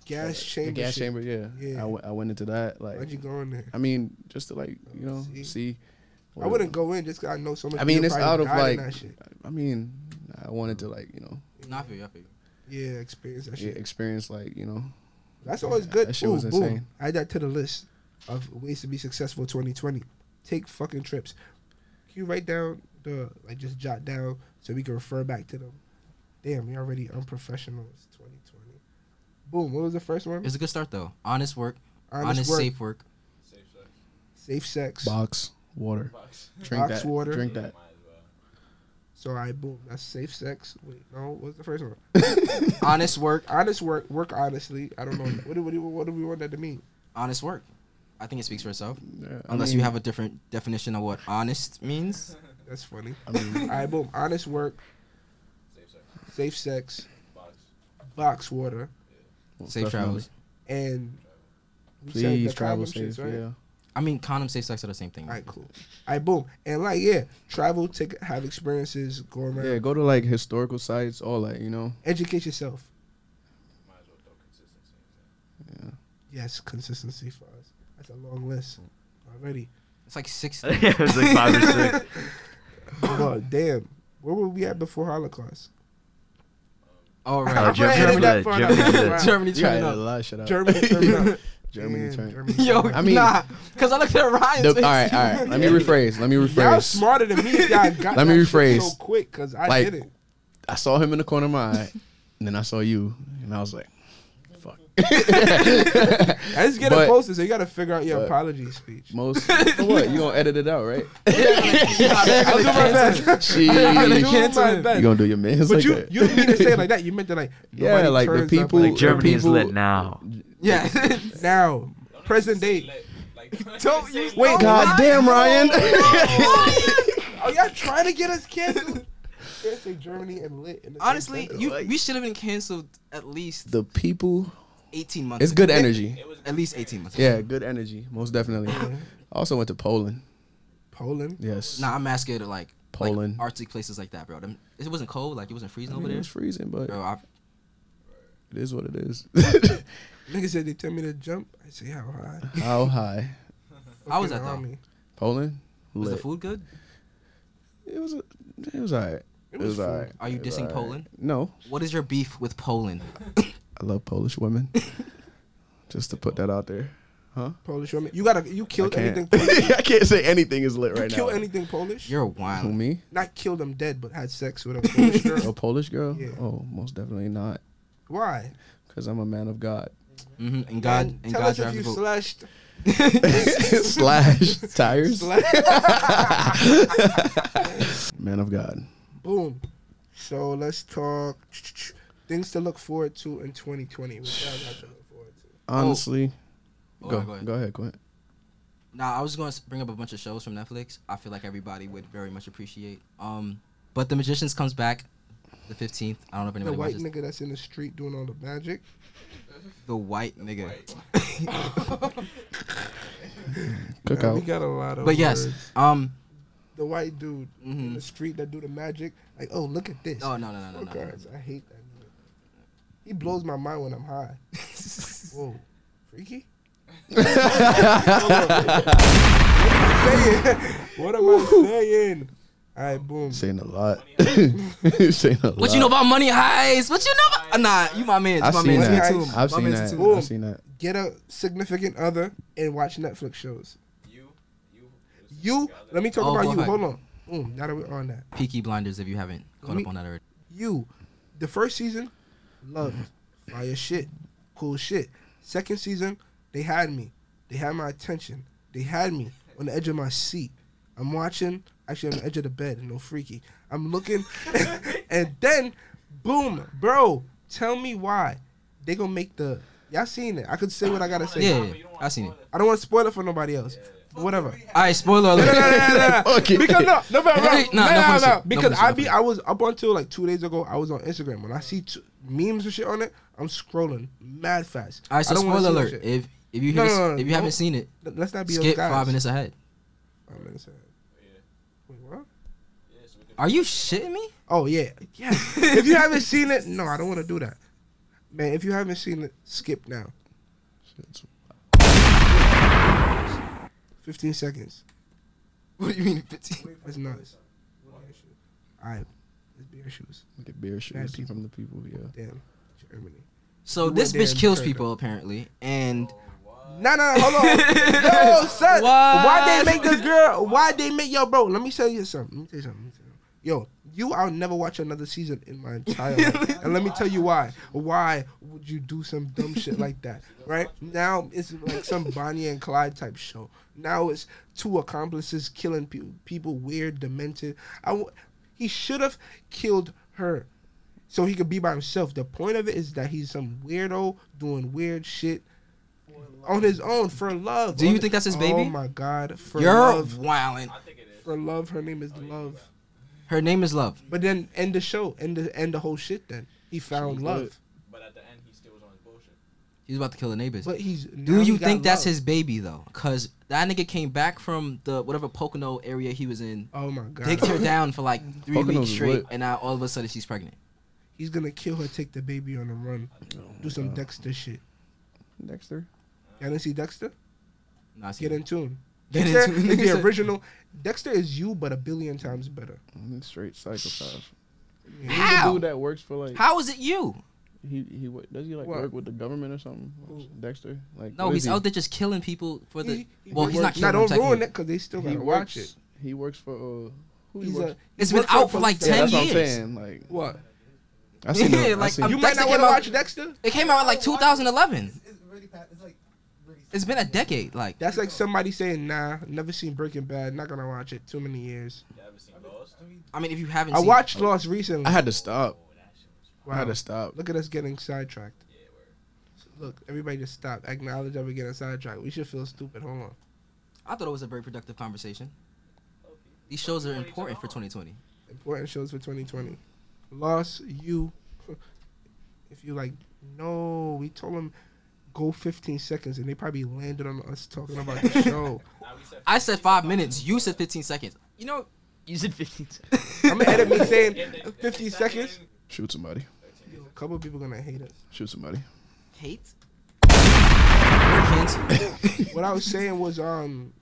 S3: Gas chamber.
S4: the gas
S3: shit.
S4: chamber. Yeah,
S3: Yeah.
S4: I, w- I went into that like.
S3: Why'd you go in there?
S4: I mean, just to like you know
S3: See.
S4: see.
S3: I wouldn't go in just 'cause I know so much.
S4: I mean,
S3: people
S4: it's
S3: probably
S4: out of
S3: died in
S4: like.
S3: that shit.
S4: I mean, I wanted to like you know
S5: Nah, I feel you. I feel you.
S3: Yeah, experience that
S4: e-
S3: shit.
S4: experience like you know
S3: That's always good.
S4: that shit
S3: Ooh,
S4: was
S3: boom.
S4: insane.
S3: Add that to the list of ways to be successful 2020. Take fucking trips. Can you write down the like just jot down so we can refer back to them? Damn, we already unprofessional. It's 2020. Boom. What was the first one?
S5: It's a good start though. Honest work, honest,
S3: Honest, work,
S5: safe work.
S3: safe sex.
S4: box water. Drink
S3: Box
S4: that.
S3: water.
S4: Drink that.
S3: So I boom. That's safe sex. Wait, no. What's the first one?
S5: honest work,
S3: Honest work. Work honestly. I don't know. what, do, what, do, what do we want that to mean?
S5: honest work. I think it speaks for itself.
S4: Yeah, I
S5: Unless
S4: mean,
S5: you have a different definition of what honest means.
S3: That's
S5: <laughs>
S3: funny.
S4: I mean,
S3: All right, boom. Honest work. Safe sex. Box. water.
S5: Safe
S4: definitely.
S5: travels.
S3: And we said
S4: Please
S3: the
S4: travel
S3: condom shits,
S4: safe. Yeah.
S5: I mean, condom, safe sex are the same thing.
S3: All right, cool. All right, boom. And like, yeah, travel, take, have experiences, go around,
S4: Yeah. Go to like historical sites, all that. You know.
S3: educate yourself.
S4: Yeah.
S3: Yes, consistency for us. That's a long list already.
S5: It's like
S6: <laughs>
S5: six.
S6: <laughs> it was like five or six.
S4: <laughs> <coughs>
S3: God damn. Where were we at before Holocaust?
S5: All
S4: <laughs>
S6: Oh,
S5: right.
S3: I'm ready
S6: Germany
S3: that
S6: did it.
S3: far
S6: Germany
S3: down.
S6: did it.
S5: Germany
S4: You had
S5: turning
S4: a
S5: up.
S4: lot of shit out.
S3: Germany
S4: <laughs>
S3: turned up.
S4: Germany
S3: Damn,
S4: turned.
S3: Germany
S5: Yo,
S3: turned up.
S4: I mean-
S5: nah. Because I looked at Ryan's.
S4: The- all
S5: face.
S4: right, all
S3: <laughs>
S4: right. Let me rephrase. Let me
S3: y'all
S4: rephrase.
S3: smarter than me. if Y'all got
S4: Let me
S3: that shit so
S4: rephrase.
S3: quick because I
S4: Like-
S3: didn't.
S4: I saw him in the corner of my eye, and then I saw you, and I was like, "Fuck."
S3: Let's get
S4: But-
S3: it posted. So you got to figure out your
S4: but-
S3: apology speech. <laughs>
S4: Most for what? You gonna edit it out, right?
S5: <laughs>
S3: I'll do my best.
S4: <laughs>
S3: I'll do
S4: Jeez.
S5: can't do
S3: my
S5: it.
S4: You
S3: best.
S4: gonna do your man's
S3: But
S4: like
S3: you,
S4: that?
S3: you didn't mean to say it like that. You meant to like
S4: yeah,
S3: nobody
S4: like the
S3: turns up
S4: people.
S3: like-
S6: Like Germany
S4: the
S6: is
S4: people,
S6: lit now.
S5: Yeah.
S3: now, present day. <laughs>
S5: Don't you.
S3: Wait,
S4: <laughs> God damn,
S3: <laughs>
S4: Ryan. <laughs>
S3: Are y'all trying to get us canceled? Can't say Germany and lit. in the same
S5: Honestly,
S3: sentence.
S5: you we should have been canceled at least
S4: the people.
S5: 18 months.
S4: It's
S5: ago.
S4: good energy.
S5: At least 18 months. ago.
S4: Yeah, good energy. Most definitely. I also went to Poland.
S3: Poland.
S4: Yes.
S5: Nah, I'm asking to like like
S4: Poland.
S5: Arctic places like that, bro. Them- it wasn't cold. Like it wasn't freezing
S4: I mean,
S5: over
S4: it
S5: there.
S4: was freezing, but
S5: Bro, I,
S4: it is what it is.
S3: Niggas said they tell me to jump. I say how high.
S4: How high?
S5: How was
S3: Fucking
S5: that, though?
S3: army.
S4: Poland.
S5: was the
S4: Lit.
S5: food good?
S4: It was. It was alright. It
S3: was
S4: was
S3: food.
S4: alright.
S5: Are you
S4: It was
S5: dissing
S4: alright.
S5: Poland?
S4: No,
S5: What is your beef with Poland?
S4: I love Polish women. Just to put that out there.
S3: Polish woman. You gotta. You
S4: I
S3: killed anything.
S4: can't. <laughs>
S3: Polish.
S4: I can't say anything is lit
S3: You
S4: right
S3: kill
S4: now.
S3: anything Polish?
S5: You're
S4: Who
S5: wild.
S4: me?
S3: Not kill them dead, but had sex with a
S4: <laughs>
S3: Polish
S4: A
S3: girl.
S4: Polish girl?
S3: Yeah.
S4: Oh, most definitely not.
S3: Why?
S4: Cause I'm a man of God.
S5: hmm And God
S3: Man,
S5: and
S3: tell
S5: God
S3: us if
S5: drives
S3: you
S5: the boat.
S3: slashed.
S4: <laughs> Slash tires. man of God.
S3: Boom. So let's talk things to look forward to in 2020. What y'all got to look forward to?
S4: Honestly,
S5: Oh,
S4: go,
S5: alright,
S4: go ahead. Go ahead.
S5: Nah, I was going to bring up a bunch of shows from Netflix. I feel like everybody would very much appreciate. Um, but The Magicians comes back the 15th. I don't know if
S3: The
S5: anybody
S3: white
S5: watches
S3: nigga that's in the street doing all the <laughs> magic.
S5: The White Nigga. <laughs>
S3: <laughs>
S4: Cook
S3: We
S4: out.
S3: got a lot of.
S5: But yes,
S3: words.
S5: um,
S3: the white dude in
S5: Mhm.
S3: the street that do the magic. Like, oh, look at this.
S5: no, no, no, no, no,
S3: Fuck
S5: no.
S3: guys, I hate that nigga. He blows my mind when I'm high. <laughs> Whoa, freaky.
S5: <laughs>
S3: Hold on. what am I saying? What am I saying? All right, boom.
S4: Saying a lot. <laughs> Saying a lot.
S5: What you know about Money Heist? What you know? About? Nah, you my man.
S4: I've
S5: my
S4: seen
S5: man's
S4: that.
S5: You too.
S4: I've
S5: my
S4: seen
S5: man's
S4: that.
S5: you
S3: Boom.
S4: I've seen that.
S3: Get a significant other and watch Netflix shows. You, you, Let me talk
S5: Oh,
S3: about
S5: go
S3: you.
S5: ahead.
S3: Hold on. Mm, now that we're on that,
S5: too. Peaky Blinders. If you haven't caught
S3: Me-
S5: up on that already.
S3: you, the first season, loved, fire shit, cool shit. Second season, they had me. They had my attention. They had me on the edge of my seat. I'm watching. Actually, on the edge of the bed. No freaky. I'm looking, <laughs> and then, boom, bro. Tell me why they gonna make the. Y'all seen it? I could say what I gotta say.
S5: Yeah, yeah, yeah. I seen it.
S3: I don't want to spoil it for nobody else. But Whatever.
S5: All right, spoiler alert.
S3: No, no, no,
S5: <laughs>
S3: no, no.
S4: Fuck it.
S3: Because no, no, no, no,
S5: Hey, nah,
S3: no,
S5: no
S3: no,
S5: pussy,
S3: no.
S5: no
S3: Because
S5: pussy,
S3: I
S5: no
S3: be,
S5: pussy.
S3: I was up until like two days ago. I was on Instagram when I see t- memes and shit on it. I'm scrolling mad fast.
S5: All right, so
S3: I don't wanna
S5: spoiler
S3: see no
S5: alert.
S3: shit.
S5: If if you
S3: No,
S5: hear this,
S3: no, no,
S5: if you
S3: no.
S5: haven't seen it,
S3: Let- Let's not be
S5: skip
S3: those guys.
S5: five minutes ahead.
S3: Five minutes ahead. Wait, what?
S5: Are you shitting me?
S3: Oh yeah, yeah. if you haven't seen it, no, I don't want to do that, man. If you haven't seen it, skip now. Fifteen seconds.
S5: What do you mean? 15?
S3: That's nuts. All right, let's be our shoes.
S4: Look at beer shoes
S3: people.
S4: from the people. Yeah.
S3: Damn, <laughs> Germany.
S5: So
S3: You went
S5: this
S3: there
S5: bitch
S3: and
S5: kills
S3: turned
S5: people apparently, and
S3: No, no, no, hold <laughs> on. yo, son,
S5: What?
S3: why they make the girl? Why they make yo, bro? Let me tell you something. Let me tell you something. Let me tell you something. Yo, you, I'll never watch another season in my entire <laughs> life. And let me tell you why. Why would you do some dumb shit like that? Right? Now it's like some Bonnie and Clyde type show. Now it's two accomplices killing people, people weird, demented. I w- he should have killed her so he could be by himself. The point of it is that he's some weirdo doing weird shit on his own for love.
S5: Do you
S3: On-
S5: think that's his baby?
S3: Oh my god, for
S5: you're
S3: love,
S5: wildin'.
S3: for love. Her name is Love.
S5: Her name is Love.
S3: But then end the show, end the end the whole shit. Then he found
S4: was
S3: love,
S4: good.
S8: But at the end, he still was on his bullshit.
S5: He's about to kill the neighbors.
S3: but he's.
S5: Do
S3: now he
S5: you
S3: got
S5: think that's
S3: love.
S5: his baby though? Cause that nigga came back from the whatever Pocono area he was in,
S3: Oh my
S5: dicked
S3: god!
S5: her down for like three
S4: Poconos
S5: weeks
S4: is
S5: straight,
S4: lit.
S5: and now all of a sudden she's pregnant.
S3: <laughs> He's gonna kill her, take the baby on the run, do some Dexter shit.
S4: Dexter.
S3: Y'all didn't see Dexter?
S5: Nah, see,
S3: Get in tune.
S5: Get in
S3: Dexter
S5: tune. <laughs>
S3: is the original. Dexter is you, but a billion times better.
S4: Mm, Straight psychopath.
S3: Yeah.
S4: He's the
S5: How?
S4: dude that works for like
S5: How is it you?
S4: he he wo- does he like
S3: What?
S4: work with the government or something? Dexter. Like
S5: No,
S4: what is
S5: he's
S4: he?
S5: out there just killing people for the.
S3: He- he
S5: well, he's not
S3: works-
S5: killing.
S3: Now
S5: them
S3: don't ruin
S5: technically.
S3: it because they still
S4: He
S3: gotta watch
S4: works,
S3: it.
S4: He works for uh, who he
S3: He's
S4: works.
S3: a.
S5: It's
S3: he
S5: been
S3: works for
S5: out for, like,
S3: police-
S4: yeah,
S5: 10
S4: that's what I'm
S5: years.
S4: saying. Like
S3: What?
S4: I seen
S5: Yeah,
S4: yeah,
S5: like,
S4: seen
S5: I'm-
S3: You
S4: you,
S3: might
S5: Dexter
S3: not want
S5: came
S3: to
S5: out-
S3: watch Dexter.
S5: It came out in like 2011.
S7: It's really past. It's like. Really
S5: It's been a decade. Like
S3: That's like somebody saying, "Nah, never seen Breaking Bad. Not gonna watch it. Too many years."
S8: You ever seen Lost?
S5: I mean, if you haven't,
S3: I
S5: seen
S3: watched Lost recently.
S4: I had to stop. I
S3: Wow.
S4: had to stop.
S3: Look at us getting sidetracked. Look, everybody just stop. Acknowledge that we're getting sidetracked. We should feel stupid. Hold on.
S5: I thought it was a very productive conversation. These shows are important for 2020.
S3: Important shows for 2020. Lost you. <laughs> If you like, no, we told them go 15 seconds, and they probably landed on us talking about <laughs> the show.
S5: I said five minutes. You said 15 seconds. You know,
S6: You said 15 seconds.
S3: I'm gonna edit me saying 50 seconds.
S4: Shoot somebody.
S3: A couple of people gonna hate us.
S4: Shoot somebody.
S5: hate. Hurricanes.
S3: What I was saying was, um,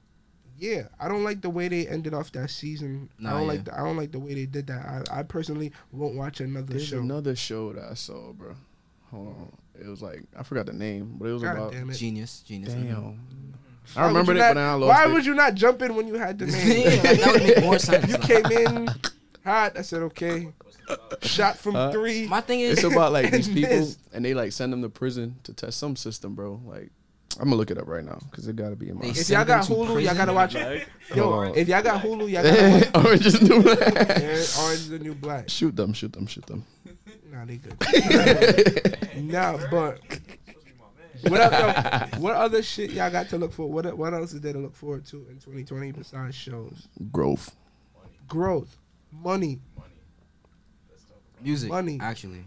S3: yeah, I don't like the way they ended off that season. I
S5: Nah,
S3: don't
S5: yeah.
S3: like. The, I don't like the way they did that. I, I personally won't watch another
S4: There's
S3: show.
S4: another show that I saw, bro. Hold on. It was like I forgot the name, but it was
S3: God
S4: about
S3: damn it.
S5: Genius, genius.
S4: damn.
S3: Why
S4: I
S3: would
S4: remember
S3: you
S4: it,
S3: not-
S4: but then I lost
S3: Why
S4: it.
S3: would you not jump in when you
S4: <laughs>
S3: had the name?
S5: yeah, like, <laughs> that would make more sense.
S3: You
S5: Like,
S3: came in hot. I said, okay. Shot from
S4: Huh?
S3: three.
S5: My thing
S4: <laughs> It's
S5: is,
S4: about like <laughs> these
S3: And
S4: people,
S3: this.
S4: and they like send them to prison to test some system, bro. Like, I'm gonna look it up right now because it gotta be in my.
S5: They
S3: if
S5: send
S3: y'all
S5: them
S3: got
S5: to
S3: Hulu, y'all
S5: prison
S3: gotta
S5: and
S3: watch it. Yo,
S4: <laughs> Hold on. <laughs>
S3: if y'all got Hulu, y'all gotta watch it.
S4: Orange is the <laughs> new black.
S3: Yeah, Orange is the New Black.
S4: Shoot them, shoot them, shoot them.
S3: Nah, they good. <laughs> nah, but what other what other shit y'all got to look for? What what else is there to look forward to in 2020 besides shows?
S4: Growth.
S3: Growth, money.
S5: music,
S3: Money.
S5: actually.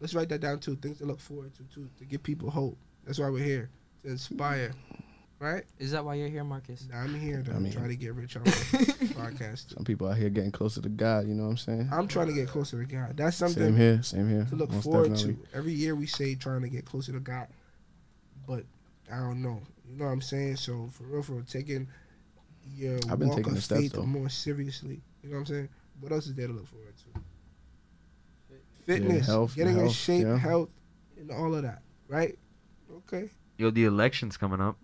S3: Let's write that down too. Things to look forward to too to give people hope. That's why we're here to inspire, right?
S5: Is that why you're here, Marcus?
S3: Now I'm here to
S4: I mean-
S3: try to get rich on <laughs> my podcast.
S4: Some people out here getting closer to God. You know what I'm saying?
S3: I'm trying to get closer to God. That's
S4: Same
S3: something
S4: here, same here.
S3: to look
S4: Most
S3: forward
S4: definitely.
S3: to. Every year we say trying to get closer to God, but I don't know. You know what I'm saying? So for real, for real, taking your
S4: I've been
S3: walk
S4: taking
S3: of
S4: the steps,
S3: faith
S4: though.
S3: more seriously. You know what I'm saying? What else is there to look forward to?
S4: Yeah,
S3: Fitness,
S4: health,
S3: getting in
S4: health,
S3: shape,
S4: yeah.
S3: health, and all of that. Right? Okay.
S6: Yo, the election's coming up.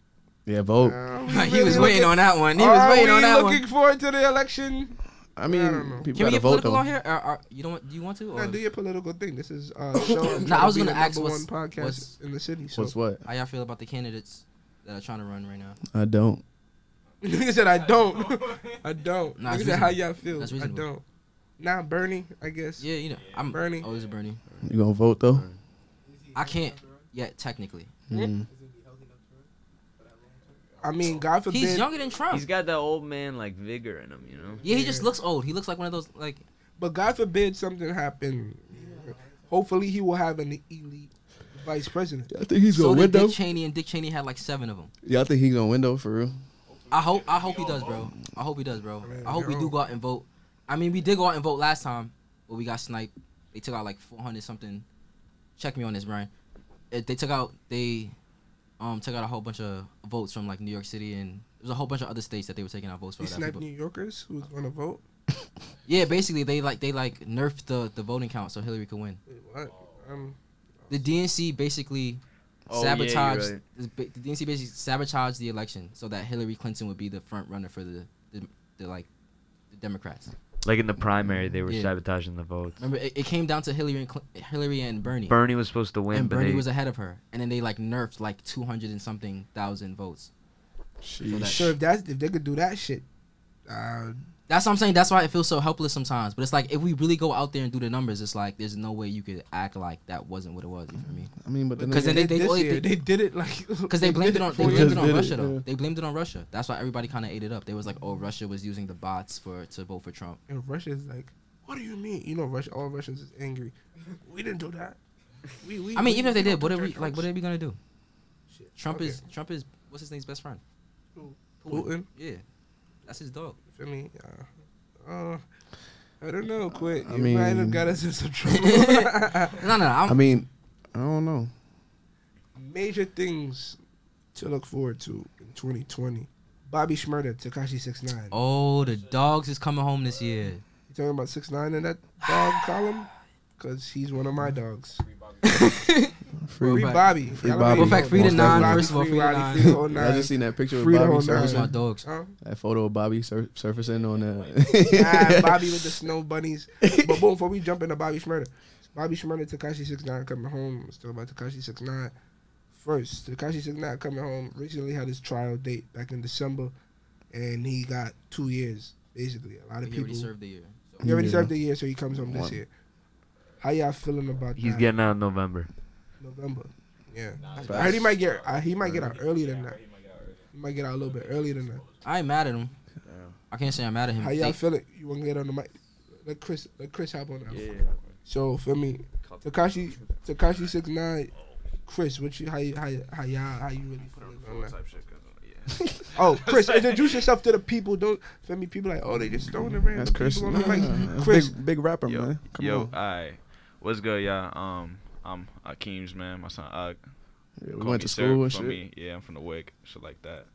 S4: Yeah, vote.
S3: Uh,
S5: <laughs> he
S3: really
S5: was waiting
S3: looking-
S5: on that one. He
S3: Are
S5: was waiting
S3: we
S5: on that
S3: looking
S5: one.
S3: forward to the election?
S4: I mean,
S3: I don't know.
S4: people
S5: Can we
S4: gotta
S5: get
S4: vote
S5: political
S4: though.
S5: on here? Or, or, you don't want? Do you want to? Or
S3: Nah, do your political thing. This is
S5: <coughs>
S3: uh, show.
S5: Nah, I was
S3: going to
S5: gonna ask
S3: number
S5: what's-
S3: one podcast
S5: what's-
S3: in the city. So
S4: What's what?
S5: how y'all feel about the candidates that are trying to run right now?
S4: I don't.
S3: <laughs> Nigga said I don't. <laughs> I don't.
S5: Nah,
S3: Nigga
S5: it's
S3: said how
S5: reasonable.
S3: y'all feel.
S5: That's
S3: I
S5: reasonable.
S3: don't. Nah, Bernie, I guess.
S5: Yeah, you know, I'm
S3: Bernie.
S5: Always a Bernie.
S4: You gonna vote though?
S5: I can't yet technically.
S4: Mm.
S3: I mean, God forbid.
S5: He's younger than Trump.
S6: <laughs> He's got that old man like vigor in him, you know.
S5: yeah, he just looks old. He looks like one of those like.
S3: But God forbid something happen. Hopefully, he will have an elite vice president.
S4: I think he's
S5: so
S4: gonna
S5: did
S4: win though.
S5: Dick Cheney, and Dick Cheney had like seven of them.
S4: Yeah, I think he's gonna win though for real.
S5: I hope. I hope he does, bro. I hope he does, bro.
S3: mean,
S5: I hope we
S3: yo.
S5: do go out and vote. I mean, we did go out and vote last time, but we got sniped. They took out like 400 something. Check me on this, Brian. Uh, They took out they, um, took out a whole bunch of votes from like New York City and there's a whole bunch of other states that they were taking out votes for.
S3: He
S5: that
S3: sniped
S5: people-
S3: New Yorkers who's going to vote.
S5: Yeah, basically they like they like nerfed the the voting count so Hillary could win.
S3: Wait, what? Um,
S5: The DNC basically
S6: Oh, yeah, you're
S5: sabotaged
S6: right.
S5: the ba- the DNC basically sabotaged the election so that Hillary Clinton would be the front runner for the the, the like the Democrats.
S6: Like in the primary, they were
S5: Yeah.
S6: sabotaging the votes.
S5: Remember it, it came down to Hillary and Cl- Hillary and Bernie.
S6: Bernie was supposed to win,
S5: and
S6: but
S5: Bernie
S6: they,
S5: was ahead of her, and then they like nerfed like two hundred and something thousand votes.
S4: Sheesh.
S3: so if that's if they could do that shit, uh,
S5: That's what I'm saying. That's why it feels so helpless sometimes. But it's like if we really go out there and do the numbers, it's like there's no way you could act like that wasn't what it was. You feel me?
S4: I mean, but then
S5: 'Cause then
S4: again-
S5: they-
S3: this
S5: only-
S3: year,
S5: they-
S3: they did it like
S5: Because they blamed
S3: did
S5: it on they
S3: for
S4: four
S5: blamed
S4: years.
S5: it on
S4: Just did
S5: Russia
S4: it,
S5: though.
S4: yeah.
S5: They blamed it on Russia. That's why everybody kind of ate it up. They was like, oh, Russia was using the bots for to vote for Trump.
S3: And Russia's like, what do you mean? You know, Russia, all Russians is angry. We didn't do that. We, we,
S5: I mean,
S3: we-
S5: even if they
S3: we
S5: did, what
S3: don't
S5: are we
S3: touch
S5: like? What are we gonna do?
S3: Shit.
S5: Trump
S3: Okay.
S5: is Trump is what's his name's best friend?
S3: Who? Putin?
S5: Yeah, that's his
S3: <laughs>
S5: dog.
S3: Feel me? Uh, uh, I don't know, quit.
S4: I
S3: You might have
S4: mean-
S3: got us in
S4: <laughs>
S3: some trouble. <laughs>
S5: No, no, no. I'm,
S4: I mean, I don't know.
S3: Major things to look forward to in 2020. Bobby Schmurda, Takashi 69. You
S5: oh, the dogs is coming home this year.
S3: talking about 69 in that
S4: <sighs>
S3: dog column? Because he's one of my dogs. Free
S4: <laughs>
S5: Bobby.
S3: Bobby.
S4: Free
S3: Y'all already
S4: Bobby. Well,
S5: fact,
S3: know
S5: free the
S3: that.
S5: nine,
S3: Bobby,
S5: first of all, free the
S3: Roddy,
S5: nine.
S3: free the whole
S4: I
S3: nine.
S4: just seen that picture of
S3: Free the whole
S4: Bobby
S3: nine.
S5: That's my
S4: surfacing.
S5: dogs.
S3: Huh?
S4: That photo of Bobby sur- surfacing on
S3: Ah,
S4: <laughs> the.
S3: Bobby with the snow bunnies. But boom, before we jump into Bobby Schmurda, Bobby Schmurda, Takashi 69 coming home. Let's talk about Takashi 69 first. Takashi 69 coming home recently had his trial date back in December, and he got two years, basically. A lot of
S5: He
S3: people.
S5: already served the year. So.
S3: he already
S4: Yeah.
S3: served the year, so he comes home this
S4: One.
S3: year. How y'all feeling about
S4: <laughs>
S6: He's
S3: that?
S6: getting out in November.
S3: November. Yeah. I heard he might get uh, he might get out earlier than that. He might get out a little bit earlier than that.
S5: I ain't mad at him. I can't say I'm mad at him.
S3: How y'all
S5: They-
S3: feel it? You want to get on the mic? Let Chris, let Chris hop on that. So for me, Takashi, Takashi six nine, Chris, what you how you how, you- how y'all how you really feeling on that?
S8: uh,
S3: <laughs> Oh,
S8: <laughs>
S3: Chris, introduce yourself to the people. Don't for me, people like oh they just throwing the random
S4: That's Chris.
S3: people on the mic.
S4: Nah, that's
S3: Chris,
S4: big, big rapper, man. Come
S8: yo,
S4: on.
S8: alright. What's good, y'all? Um, I'm Akeem's man. My son, uh,
S4: Yeah, we
S8: call
S4: went
S8: me
S4: to
S8: sir
S4: school and
S8: for
S4: shit.
S8: Me. <laughs> Yeah, I'm from the WIC, shit like that.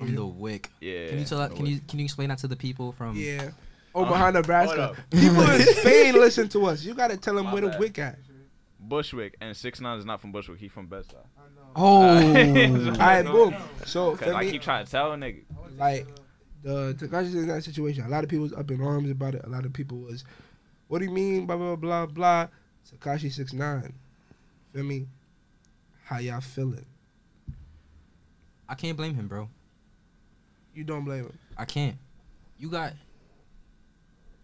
S5: I'm the wick.
S8: Yeah.
S5: Can you tell
S8: from the
S5: that? Can
S8: WIC.
S5: you can you explain that to the people from?
S3: yeah.
S8: Uh,
S3: Oh, behind Nebraska. People in
S8: <laughs>
S3: Spain listen to us. You gotta tell them
S8: My
S3: where the
S8: bad. <laughs>
S3: wick at.
S8: Bushwick and Six Nine is not from Bushwick. He from Best Side.
S5: Oh,
S3: All right, boom. So
S8: Cause
S3: for
S8: I
S3: me,
S8: keep trying to tell a
S4: <laughs>
S8: nigga.
S3: like the Takashi in that situation. A lot of people was up in arms about it. A lot of people was, what do you mean? Blah blah blah blah. Takashi six nine. Feel me? How y'all feeling?
S5: I can't blame him, bro.
S3: You don't blame him.
S5: I can't. You got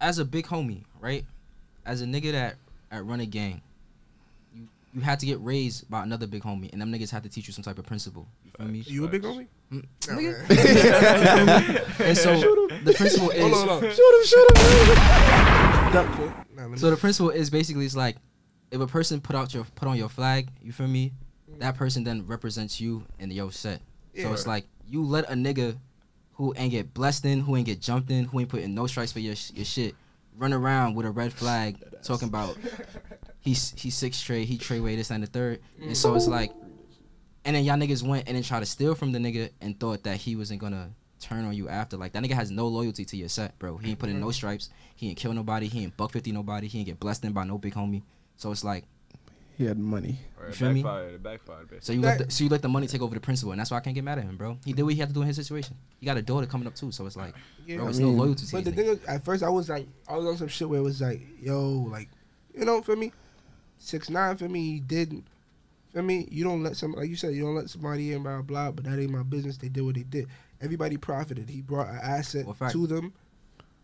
S5: as a big homie, right? As a nigga that at run a gang, you you had to get raised by another big homie, and them niggas had to teach you some type of principle. You feel me?
S3: You a big homie?
S5: Mm,
S3: Nah,
S5: nigga.
S3: man.
S4: <laughs>
S3: <laughs>
S5: and so the principle is.
S3: hold on, hold on.
S4: <laughs> Shoot him! Shoot him!
S3: Duck, quick. Nah, let me-
S5: So the principle is basically it's like if a person put out your put on your flag, you feel me? That person then represents you in your set. So
S3: Yeah.
S5: it's like you let a nigga who ain't get blessed in, who ain't get jumped in, who ain't putting no strikes for your sh- your shit, run around with a red flag talking about he's he's six trade, he trade way this and the third, and so it's like, and then y'all niggas went and then tried to steal from the nigga and thought that he wasn't gonna turn on you after. Like that nigga has no loyalty to your set, bro. He ain't put in no stripes. He ain't kill nobody. He ain't buck fifty nobody. He ain't get blessed in by no big homie. So it's like,
S4: He had money.
S8: Or
S5: You
S8: it
S5: feel me?
S8: backfired. It backfired, bitch.
S5: so you let the, so you let the money take over the principle, and that's why I can't get mad at him, bro. He did what he had to do in his situation. He got a daughter coming up too, so it's like,
S3: Yeah.
S5: bro,
S4: I
S5: it's no
S4: mean,
S5: loyalty to
S3: But the
S5: these
S3: thing
S5: niggas.
S3: is, at first I was like, I was on some shit where it was like, yo, like, you know, for me, six nine for me, he didn't. For me, you don't let some like you said, you don't let somebody in blah blah, but that ain't my business. They did what they did. Everybody profited. He brought an asset
S5: Well, fact.
S3: to them,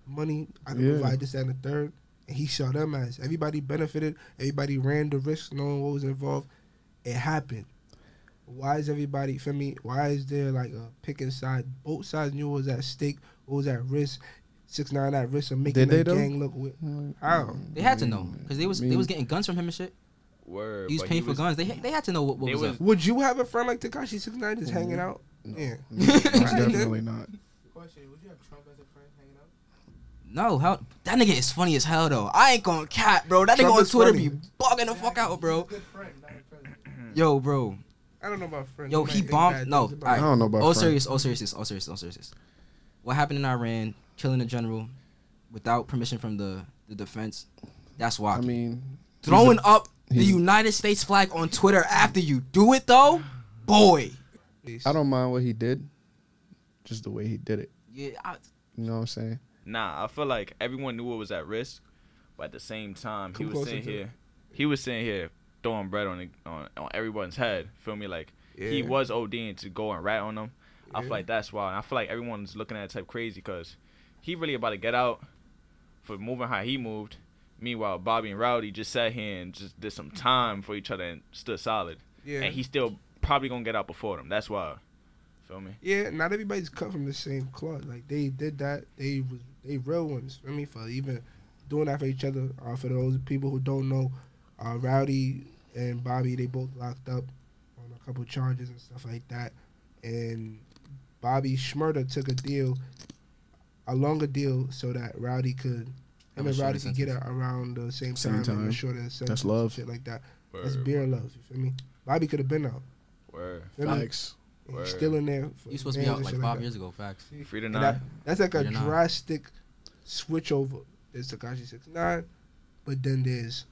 S3: money. I can
S4: Yeah.
S3: provide this that, and the third, and he saw them as everybody benefited. Everybody ran the risk, knowing what was involved. It happened. Why is everybody for me? Why is there like a picking side? Both sides knew what was at stake, what was at risk. Six nine at risk of making
S4: Did they
S3: the
S4: though?
S3: gang look weird. How?
S5: They had to know because they was
S4: I mean-
S5: they was getting guns from him and shit.
S8: Word.
S5: He was
S8: but
S5: paying for
S8: was-
S5: guns. They ha- they had to know what, what
S8: They
S5: was,
S8: was-
S5: up.
S3: Would you have a friend like Takashi Six Nine just
S4: Mm-hmm.
S3: hanging out? Yeah.
S4: Most
S5: <laughs>
S3: Right, then.
S4: definitely not.
S7: Question: Would you have Trump as a friend hanging out?
S5: No, how that nigga is funny as hell though. I ain't gonna cat, bro. That
S3: Trump
S5: nigga on
S3: is
S5: Twitter
S3: funny.
S5: be bugging the fuck out, bro.
S7: Good friend, not a president.
S5: Yo, bro.
S3: I don't know about friends.
S5: Yo,
S3: You might
S5: he
S3: think
S5: bombed.
S3: bad
S5: No, all
S3: things about
S5: right.
S4: I don't know about
S5: All
S4: Frank.
S5: serious, all serious, all serious, all serious. What happened in Iran, killing a general without permission from the, the defense, that's why.
S4: I mean,
S5: Throwing up the
S4: he's-
S5: United States flag on Twitter after you do it, though, boy.
S3: police.
S4: I don't mind what he did, just the way he did it.
S5: Yeah, I,
S4: You know what I'm saying?
S8: Nah, I feel like everyone knew it was at risk, but at the same time,
S3: Come
S8: he was
S3: closer
S8: sitting
S3: to
S8: here. He was sitting here throwing bread on the, on on everyone's head. Feel me? Like he
S3: Yeah.
S8: was ODing to go and rat on them. I
S3: Yeah.
S8: feel like that's why. And I feel like everyone's looking at it type crazy because he really about to get out for moving how he moved. Meanwhile, Bobby and Rowdy just sat here and just did some time for each other and stood solid.
S3: Yeah.
S8: And he still probably gonna get out before them. That's why. Feel me?
S3: Yeah, not everybody's cut from the same cloth. Like they did that. They was they real ones. I mean, for even doing that for each other. Uh, for those people who don't know, uh, Rowdy and Bobby they both locked up on a couple charges and stuff like that. And Bobby Schmurda took a deal, a longer deal, so that Rowdy could. I
S5: Have a
S3: mean,
S5: shorter
S3: Rowdy could get
S5: sentence.
S3: out around the same,
S4: Same
S3: time, and
S4: time.
S3: a shorter sentence
S4: That's
S3: and
S4: love.
S3: shit like that. That's
S8: Word,
S3: beer love. You feel me? Bobby could have been out.
S8: word.
S3: Feel me?
S4: Facts.
S3: He's
S8: word.
S3: Still in there. for
S5: You supposed to be
S3: bands
S5: out
S3: and
S5: like
S3: shit
S5: five
S3: that.
S5: years ago. Facts.
S8: Free to
S3: And that,
S8: nine.
S3: that's like a
S5: They're not.
S3: drastic switch over. There's Takashi Six Nine, but then there's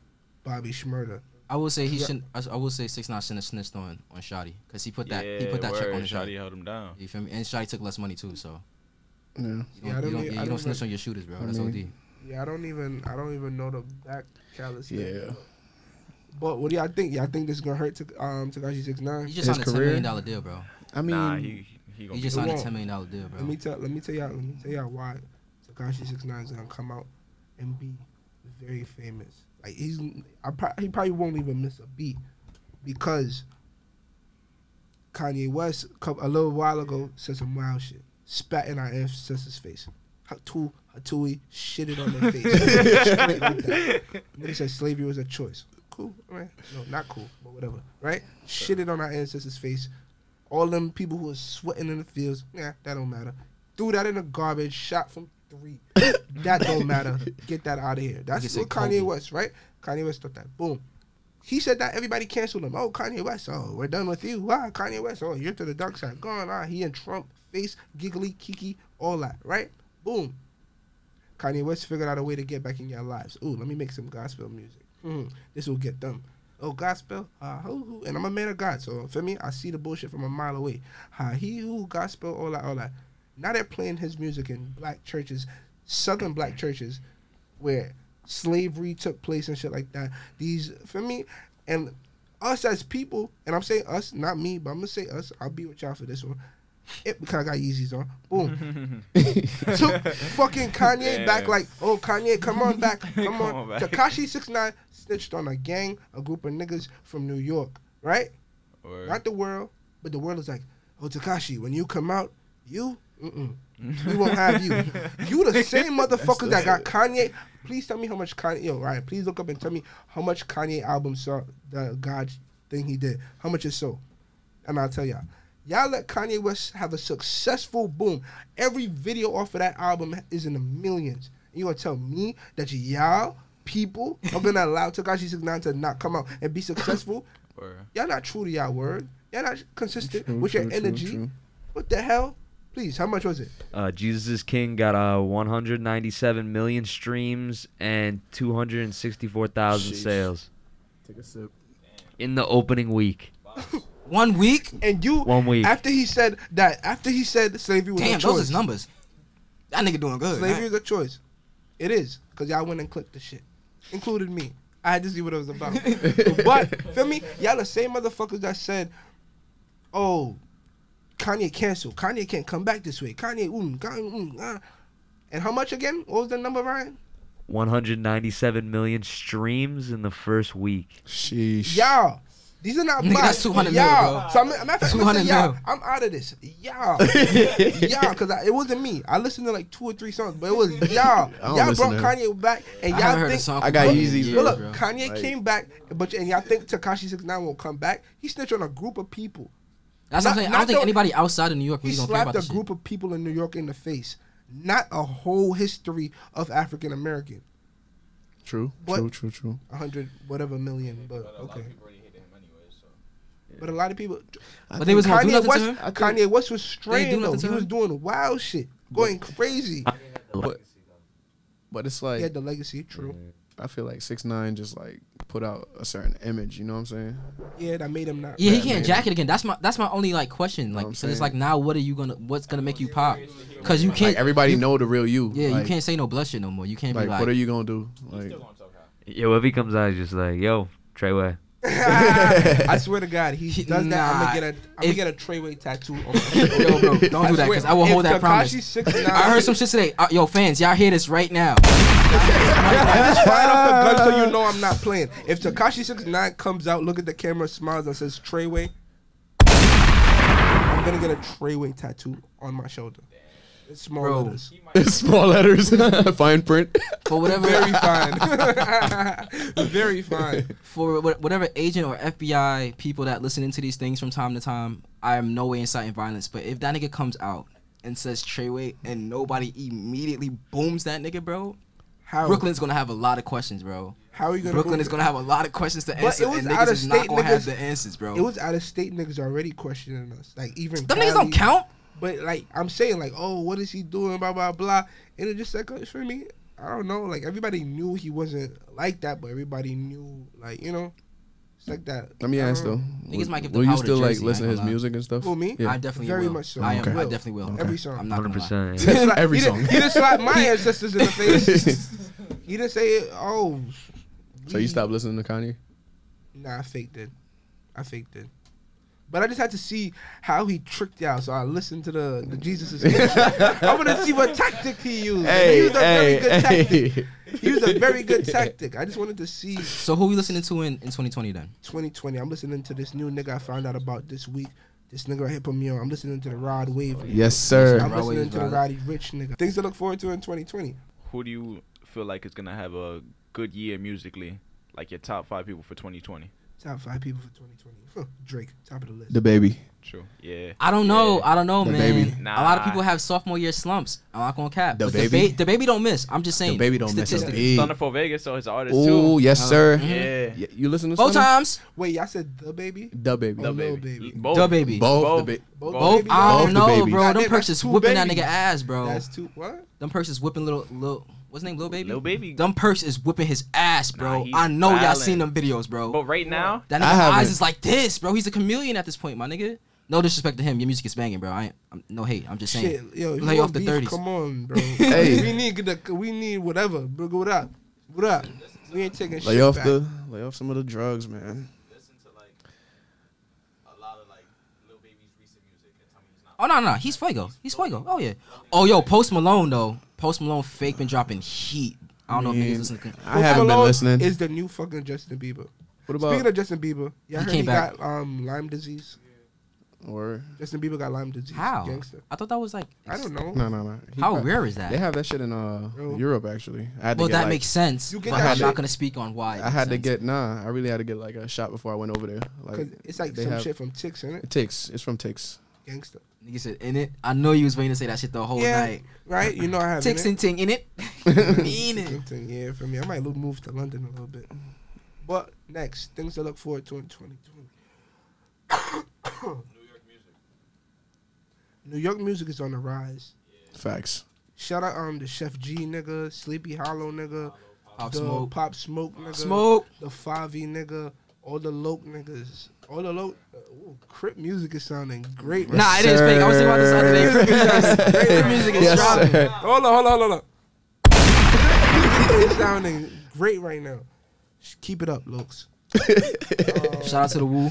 S3: Bobby Schmurda.
S5: I will say he
S3: Yeah.
S5: shouldn't. I, I will say six nine shouldn't have snitched on on Shotty because he put that
S8: yeah,
S5: he put that
S8: word.
S5: check on his
S8: Shotty
S5: Shotty.
S8: held him down.
S5: You feel me? And Shotty took less money too, so
S4: Yeah.
S5: you
S3: Yeah, I
S5: don't, you
S3: don't
S5: don't,
S3: e- I
S5: yeah, you
S3: don't
S5: don't snitch
S3: re-
S5: on your shooters, bro.
S4: I
S5: That's OD.
S4: mean-
S3: Yeah, I don't even I don't even know the back callus.
S4: Yeah.
S3: But what do y'all think? Y'all think this is gonna hurt to, um Takashi Six Nine?
S5: He just
S4: His
S5: signed a ten
S4: career?
S5: million dollar deal, bro.
S4: I mean,
S8: nah, he he gonna be
S5: He just
S3: It
S5: signed a
S3: won't.
S5: ten million dollar deal, bro.
S3: Let me tell let me tell y'all let me tell y'all why Takashi Six Nine is gonna come out and be very famous. Like he's I pro- he probably won't even miss a beat because Kanye West co- a little while ago said some wild shit, spat in our ancestors' face. Hatu Hatui shitted on their face. Straight like that. Nigga said slavery was a choice. Cool, all right? No, not cool, but whatever, right? Shitted on our ancestors' face. All them people who are sweating in the fields, yeah, that don't matter. Threw that in the garbage, shot from three. <coughs> that don't matter. Get that out of here. That's
S5: said
S3: what Kanye
S5: Kobe.
S3: West, right? Kanye West thought that. Boom. He said that everybody canceled him. Oh, Kanye West. Oh, we're done with you. Ah, Kanye West. Oh, you're to the dark side. Gone. Ah, he and Trump, face, giggly, kiki, all that. Right? Boom. Kanye West figured out a way to get back in your lives. Ooh, let me make some gospel music. Hmm, this will get them. Oh, gospel. Uh, hoo, hoo. And I'm a man of God, so for me, I see the bullshit from a mile away. Ha, he who gospel, all that, all that. Now they're playing his music in black churches, southern black churches, where slavery took place and shit like that. These for me and us as people, and I'm saying us, not me, but I'm gonna say us. I'll be with y'all for this one. It because I got Yeezys on. Boom. Took fucking Kanye back
S8: Damn.
S3: like, oh Kanye, come on back, <laughs> come,
S8: Come
S3: on.
S8: on back.
S3: Takashi six nine snitched on a gang, a group of niggas from New York, right?
S8: Word.
S3: Not the world, but the world is like, oh Takashi, when you come out, you, mm-mm, we won't have you. You the same motherfucker that got Kanye. Please tell me how much Kanye. Yo, Ryan, please look up and tell me how much Kanye album saw the God thing he did. How much it sold? And I'll tell y'all. Y'all let Kanye West have a successful boom. Every video off of that album is in the millions. And you gonna tell me that y'all people are gonna allow Takashi 69 to not come out and be successful?
S8: Word.
S3: Y'all not true to y'all word. Y'all not consistent
S4: True,
S3: with your
S4: true, true,
S3: energy.
S4: true.
S3: What the hell? Please, how much was it?
S6: Uh, Jesus is King got uh, 197 million streams and 264,000
S4: Sheesh.
S6: sales
S4: Take a sip.
S6: in the opening week.
S5: One week?
S3: And you
S6: One week.
S3: after he said that after he said slavery was a
S5: Damn,
S3: choice.
S5: those is numbers. That nigga doing good.
S3: Slavery
S5: man.
S3: is a choice. It is because y'all went and clicked the shit, included me. I had to see what it was
S5: <laughs>
S3: about. but feel me, y'all the same motherfuckers that said, "Oh, Kanye canceled. Kanye can't come back this way. Kanye, mm, Kanye, mm, ah." And how much again? What was the number, Ryan?
S6: 197 million streams in the first week.
S4: Sheesh. <laughs>
S3: Y'all. These are not
S5: Nigga,
S3: bots.
S5: that's 200 mil,
S3: y'all.
S5: bro.
S3: So I'm, I'm, after,
S5: 200
S3: 200 y'all,
S5: mil.
S3: I'm out of this. Y'all. y'all, because it wasn't me. I listened to like two or three songs, but it was y'all.
S4: <laughs> I don't
S3: Y'all
S4: listen
S3: brought
S4: to him.
S3: Kanye back, and
S5: I
S3: y'all
S5: haven't heard a
S3: think
S5: song.
S4: I
S5: from
S4: got
S5: Kanye
S4: Yeezys,
S5: in years,
S3: but look,
S5: bro.
S3: Kanye
S4: Like-
S3: came back, but and y'all think Takashi Six Nine won't come back? He snitched on a group of people.
S5: That's
S3: not-
S5: what I'm saying. I
S3: not
S5: don't think
S3: the-
S5: anybody outside of New York
S3: He
S5: really don't care
S3: slapped
S5: about
S3: a
S5: this
S3: group of people in New York in the face. Not a whole history of African American.
S4: True.
S3: What?
S4: True. True. True.
S3: A hundred whatever million, but okay. But a lot of people,
S4: I
S5: But they was gonna do
S3: Kanye
S5: nothing
S3: West,
S5: to him.
S4: I think-
S3: Kanye West was
S5: They do
S3: straying though.
S5: nothing to
S3: He was
S5: him.
S3: doing wild shit, going crazy.
S4: But it's
S3: He
S4: like
S3: had the legacy, true.
S4: I feel like six nine just like put out a certain image. You know what I'm saying?
S3: Yeah, that made him not.
S5: Yeah, he
S4: Batman.
S5: can't jack it again. That's my that's my only like question. Like,
S4: I'm
S5: so it's
S4: saying.
S5: like now, what are you gonna? What's gonna make you pop? Cause you can't.
S4: Like everybody know the real you.
S5: yeah,
S4: like,
S5: you can't say no blood shit no more. You can't
S4: Like,
S5: be like.
S4: what are you gonna do? Like,
S6: Yo, if he comes out, he's just like, yo, Treyway,
S3: <laughs> I swear to God, he
S5: He-
S3: does that. I'm
S5: nah.
S3: gonna get a, I'm gonna
S5: If-
S3: get a Treyway tattoo.
S5: <laughs>
S3: On my
S5: Yo, bro, don't do that because I will hold that promise.
S3: Six,
S5: I heard some shit today. Uh, yo, fans, y'all hear this right now.
S3: <laughs> Just fire off the gun so you know I'm not playing. If Takashi 69 comes out, look at the camera, smiles, and says Treyway, I'm gonna get a Treyway tattoo on my shoulder. It's small
S5: Bro.
S3: letters.
S4: <laughs> Small letters, <laughs> fine print.
S5: For whatever,
S3: Very fine. <laughs> Very fine.
S5: <laughs> for wha- whatever agent or FBI people that listen into these things from time to time, I am no way inciting violence. But if that nigga comes out and says Treyway and nobody immediately booms that nigga, bro,
S3: How
S5: Brooklyn's gonna have a lot of questions, bro.
S3: how are you gonna
S5: Brooklyn
S3: move
S5: is
S3: it?
S5: gonna have a lot of questions to
S3: But
S5: answer,
S3: it was
S5: and
S3: out
S5: niggas
S3: of
S5: is not
S3: state
S5: gonna have
S3: niggas-
S5: the answers, bro.
S3: It was out of state niggas already questioning us. Like even
S5: Them niggas
S3: Cali.
S5: don't count.
S3: But like I'm saying, like, oh, what is he doing? Blah blah blah. And it just like for me, I don't know. Like everybody knew he wasn't like that, but everybody knew, like you know, it's like that.
S4: Let me
S3: I
S4: ask
S3: don't
S4: though.
S3: know.
S5: Niggas might give the
S4: Will you
S5: power to
S4: still like
S5: Jersey, I
S4: listen to
S5: ain't
S4: his
S5: gonna lie.
S4: music and stuff?
S3: Who, me?
S4: Yeah.
S5: I definitely
S3: Very
S5: will.
S3: much so.
S5: I am.
S4: Okay.
S5: I definitely will.
S3: Every song.
S5: I'm not
S6: Hundred
S5: gonna lie. <laughs>
S6: percent.
S3: He just
S4: Every
S3: he
S4: song.
S3: Did, he just slapped
S4: <laughs>
S3: my ancestors in the face. he didn't say it. Oh,
S4: so you stopped listening to Kanye?
S3: Nah, I faked it. I faked it. But I just had to see how he tricked y'all, so I listened to the the Jesus. is
S4: <laughs>
S3: King. I want to see what tactic he used. he used a very good tactic.
S5: <laughs>
S3: He used a very
S4: <laughs>
S3: good tactic. I just wanted to see
S5: So who we listening to in, in 2020 then?
S3: 2020. I'm listening to this new nigga I found out about this week. This nigga right here put me on. I'm listening to the Rod Wave. nigga.
S4: Yes, sir.
S3: I'm
S5: Rod
S3: listening
S5: Wave,
S3: to the
S5: Rod.
S3: Roddy Rich nigga. Things to look forward to in 2020.
S8: Who do you feel like is gonna have a good year musically? Like your top five people for 2020.
S3: Top five people for 2020. Huh, Drake, top of the list.
S4: The baby.
S8: True. Yeah.
S5: I don't know.
S8: Yeah.
S5: I don't know,
S4: The
S5: man.
S4: baby.
S5: A lot of
S8: Nah.
S5: people have sophomore year slumps. I'm not gonna cap.
S4: The
S5: But
S4: baby?
S5: the, ba- the baby don't miss. I'm just saying.
S4: The baby don't miss a
S5: statistically.
S4: beat.
S8: Thunder for Vegas, so his artist
S4: Oh
S8: too.
S4: yes, sir.
S8: Yeah.
S4: Y- You listen to
S5: Both
S4: Stunna?
S5: times.
S3: Wait, y'all said the baby?
S4: The baby.
S3: The
S4: Both.
S3: Lil
S8: L-
S3: Baby.
S8: Both.
S5: The baby.
S8: Both.
S4: Both. The
S3: Both,
S5: Both.
S3: babies?
S5: I
S4: Both
S5: don't
S4: the
S5: know,
S4: babies.
S5: bro.
S3: Goddamn,
S5: Them
S3: that's
S5: perks is
S3: two
S5: whipping that
S3: babies.
S5: nigga ass, bro.
S3: That's two. What?
S5: Them perks is whipping little little. What's his name? Lil baby.
S8: Lil Baby.
S5: Them perks is whipping his ass,
S8: Nah,
S5: bro.
S8: he's
S5: I know y'all
S8: violent.
S5: seen them videos, bro.
S8: But right now,
S5: That
S4: I
S5: nigga's
S4: haven't.
S5: eyes is like this, bro. He's a chameleon at this point, my nigga. No disrespect to him. Your music is banging, bro. I ain't, I'm, no hate. I'm just saying.
S3: Shit, yo, if
S5: Lay
S3: you
S5: off
S3: off
S5: the
S3: beef,
S5: 30s.
S3: Come on,
S4: <laughs>
S3: bro.
S4: Hey.
S3: we need the, we need whatever. Bro, what up? What up? We ain't taking
S4: Lay
S3: shit
S4: off
S3: back.
S4: the lay off some of the drugs, man.
S5: Oh no, no, he's Fuego. He's Fuego. Oh yeah. Oh yo, Post Malone though. Post Malone fake been dropping heat. I don't know
S4: Man.
S5: if niggas listen to.
S4: I haven't been
S3: Malone
S4: listening.
S3: Is the new fucking Justin Bieber.
S4: what
S3: Speaking
S4: about
S3: of Justin Bieber, yeah, I
S5: He
S3: heard
S5: came
S3: he
S5: back.
S3: got um Lyme disease.
S4: or
S3: Justin Bieber got Lyme disease.
S5: How?
S3: Gangster.
S5: I thought that was like.
S3: I don't know.
S4: no no no? He
S5: How
S4: prob-
S5: rare is
S4: They
S5: that?
S4: have that shit in uh
S3: Bro.
S4: Europe actually. I had to
S5: Well,
S4: get,
S5: that
S4: like-
S5: makes sense.
S3: You
S5: But
S3: get
S4: that
S5: I'm
S4: shit.
S5: not gonna speak on why. it
S4: I had to
S5: makes sense.
S4: get nah. I really had to get like a shot before I went over there. Like
S3: Cause it's like
S4: they
S3: some
S4: have-
S3: shit from Tix, isn't it?
S4: It takes. It's from Tix.
S3: Gangster.
S5: Nigga said in it. I know you was waiting to say that shit the whole
S3: yeah,
S5: night.
S3: right. You know I have
S5: Tix
S3: innit?
S5: and ting in
S4: <laughs>
S5: it. Mean it.
S3: Something, Yeah, for me, I might lo- move to London a little bit. But next, things to look forward to in 2020. New York music is on the rise.
S4: Facts.
S3: Shout out um the Chef G nigga, Sleepy Hollow nigga,
S5: Pop
S3: the
S5: smoke.
S3: Pop Smoke nigga,
S5: Smoke.
S3: the Favi nigga, all the Loke niggas, all the Loke. Uh, ooh, Crip music is sounding great. right
S5: Nah, it is fake. I was thinking about this other day.
S3: Crip music <laughs> is
S4: yes,
S3: dropping.
S4: sir.
S3: Hold on, hold on, hold on. it's sounding great right now. Sh- Keep it up, Lokes.
S5: Shout out to the Woo.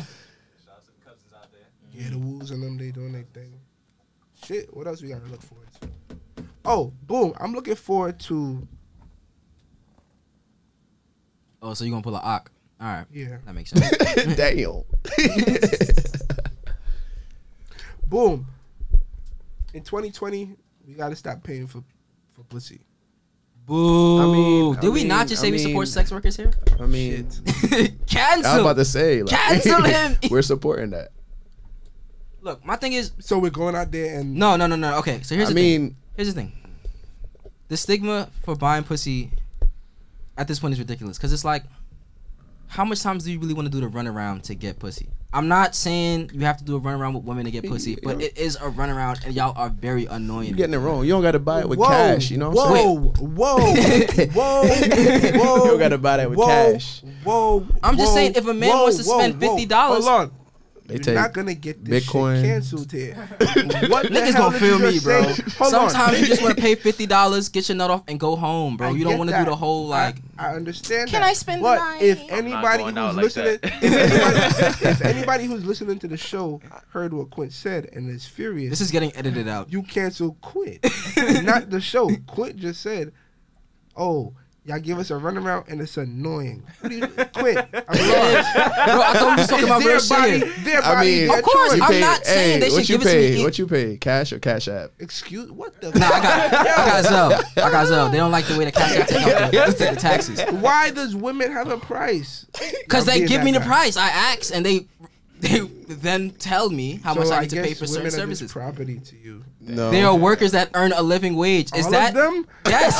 S3: Yeah, the Wolves and them, they doing their thing. Shit, what else we gotta look forward to? Oh, boom. I'm looking forward to,
S5: Oh, so you gonna pull a ock? All right.
S3: yeah.
S5: That makes
S4: <laughs>
S5: sense.
S4: Damn.
S3: Boom. In 2020, we gotta stop paying for, for pussy.
S5: Boo.
S4: I
S5: Did we
S4: mean-
S5: not just
S4: I
S5: say we support
S4: mean-
S5: sex workers here? <laughs>
S4: I mean,
S3: Shit.
S5: Cancel.
S4: I was about to say like,
S5: Cancel him.
S4: <laughs> we're supporting that.
S5: Look, my thing is
S3: So we're going out there and
S5: no, no, no, no. Okay, so here's
S4: I
S5: the thing.
S4: mean,
S5: Here's the thing. The stigma for buying pussy at this point is ridiculous because it's like, how much times do you really want to do the runaround to get pussy? I'm not saying you have to do a runaround with women to get pussy, but it is a runaround, and y'all are very annoying.
S4: you're getting it wrong. You don't got to buy it with cash. You know what I'm saying?
S3: whoa,
S4: <laughs>
S3: whoa, whoa, whoa.
S4: You gotta buy that with
S3: whoa,
S4: cash.
S3: Whoa,
S5: I'm just
S3: whoa,
S5: saying if a man
S3: whoa,
S5: wants to
S3: whoa,
S5: spend
S3: whoa.
S5: $50
S3: hold on.
S4: They
S3: You're
S4: take
S3: not gonna get this
S4: Bitcoin.
S3: shit canceled
S5: <laughs>
S3: here. what the
S5: Niggas
S3: hell
S5: gonna
S3: did
S5: feel
S3: you
S5: me,
S3: just
S5: bro.
S3: say? Hold
S5: Sometimes
S3: on.
S5: you just
S3: <laughs>
S5: want to pay fifty dollars, get your nut off, and go home, bro.
S3: I
S5: you don't
S3: get
S5: want to do
S3: that.
S5: the whole
S3: I-
S5: like.
S3: I, understand.
S9: Can
S3: that.
S9: I spend the
S3: But
S9: night?
S3: if
S9: I'm
S3: anybody
S8: going
S3: who's
S8: out like
S3: listening,
S8: that.
S3: if,
S5: <laughs>
S3: anybody, if anybody who's listening to the show heard what Quint said and is furious,
S5: This is getting edited <laughs> out.
S3: you cancel Quint, <laughs> not the show. Quint just said, "Oh." Y'all give us a runaround and it's annoying. What do you- Quint, I'm
S5: bro,
S3: lost.
S5: I thought we was talking about real
S3: It's their
S5: shit.
S3: body, their
S4: I
S3: body,
S4: mean,
S3: their
S5: Of course,
S3: choice.
S5: I'm not saying they
S4: what
S5: should
S4: you
S5: give it to
S4: pay?
S5: me.
S4: What you pay? Cash or Cash App?
S3: Excuse what the?
S5: Nah, I got, I got Zelle. I got Zelle. They don't like the way the cash take out the, take
S3: <laughs>
S5: the taxes
S3: Why does women have a price? I'm
S5: because they
S3: being
S5: give
S3: that
S5: me the
S3: guy.
S5: price. I ask, and they they then tell me how much
S3: So
S5: I need to pay
S3: guess
S5: for certain
S3: women are just
S5: services.
S3: property to you.
S4: No,
S5: They are workers that earn a living wage. Is
S3: All
S5: that
S3: of them? <laughs>
S5: yes? <laughs>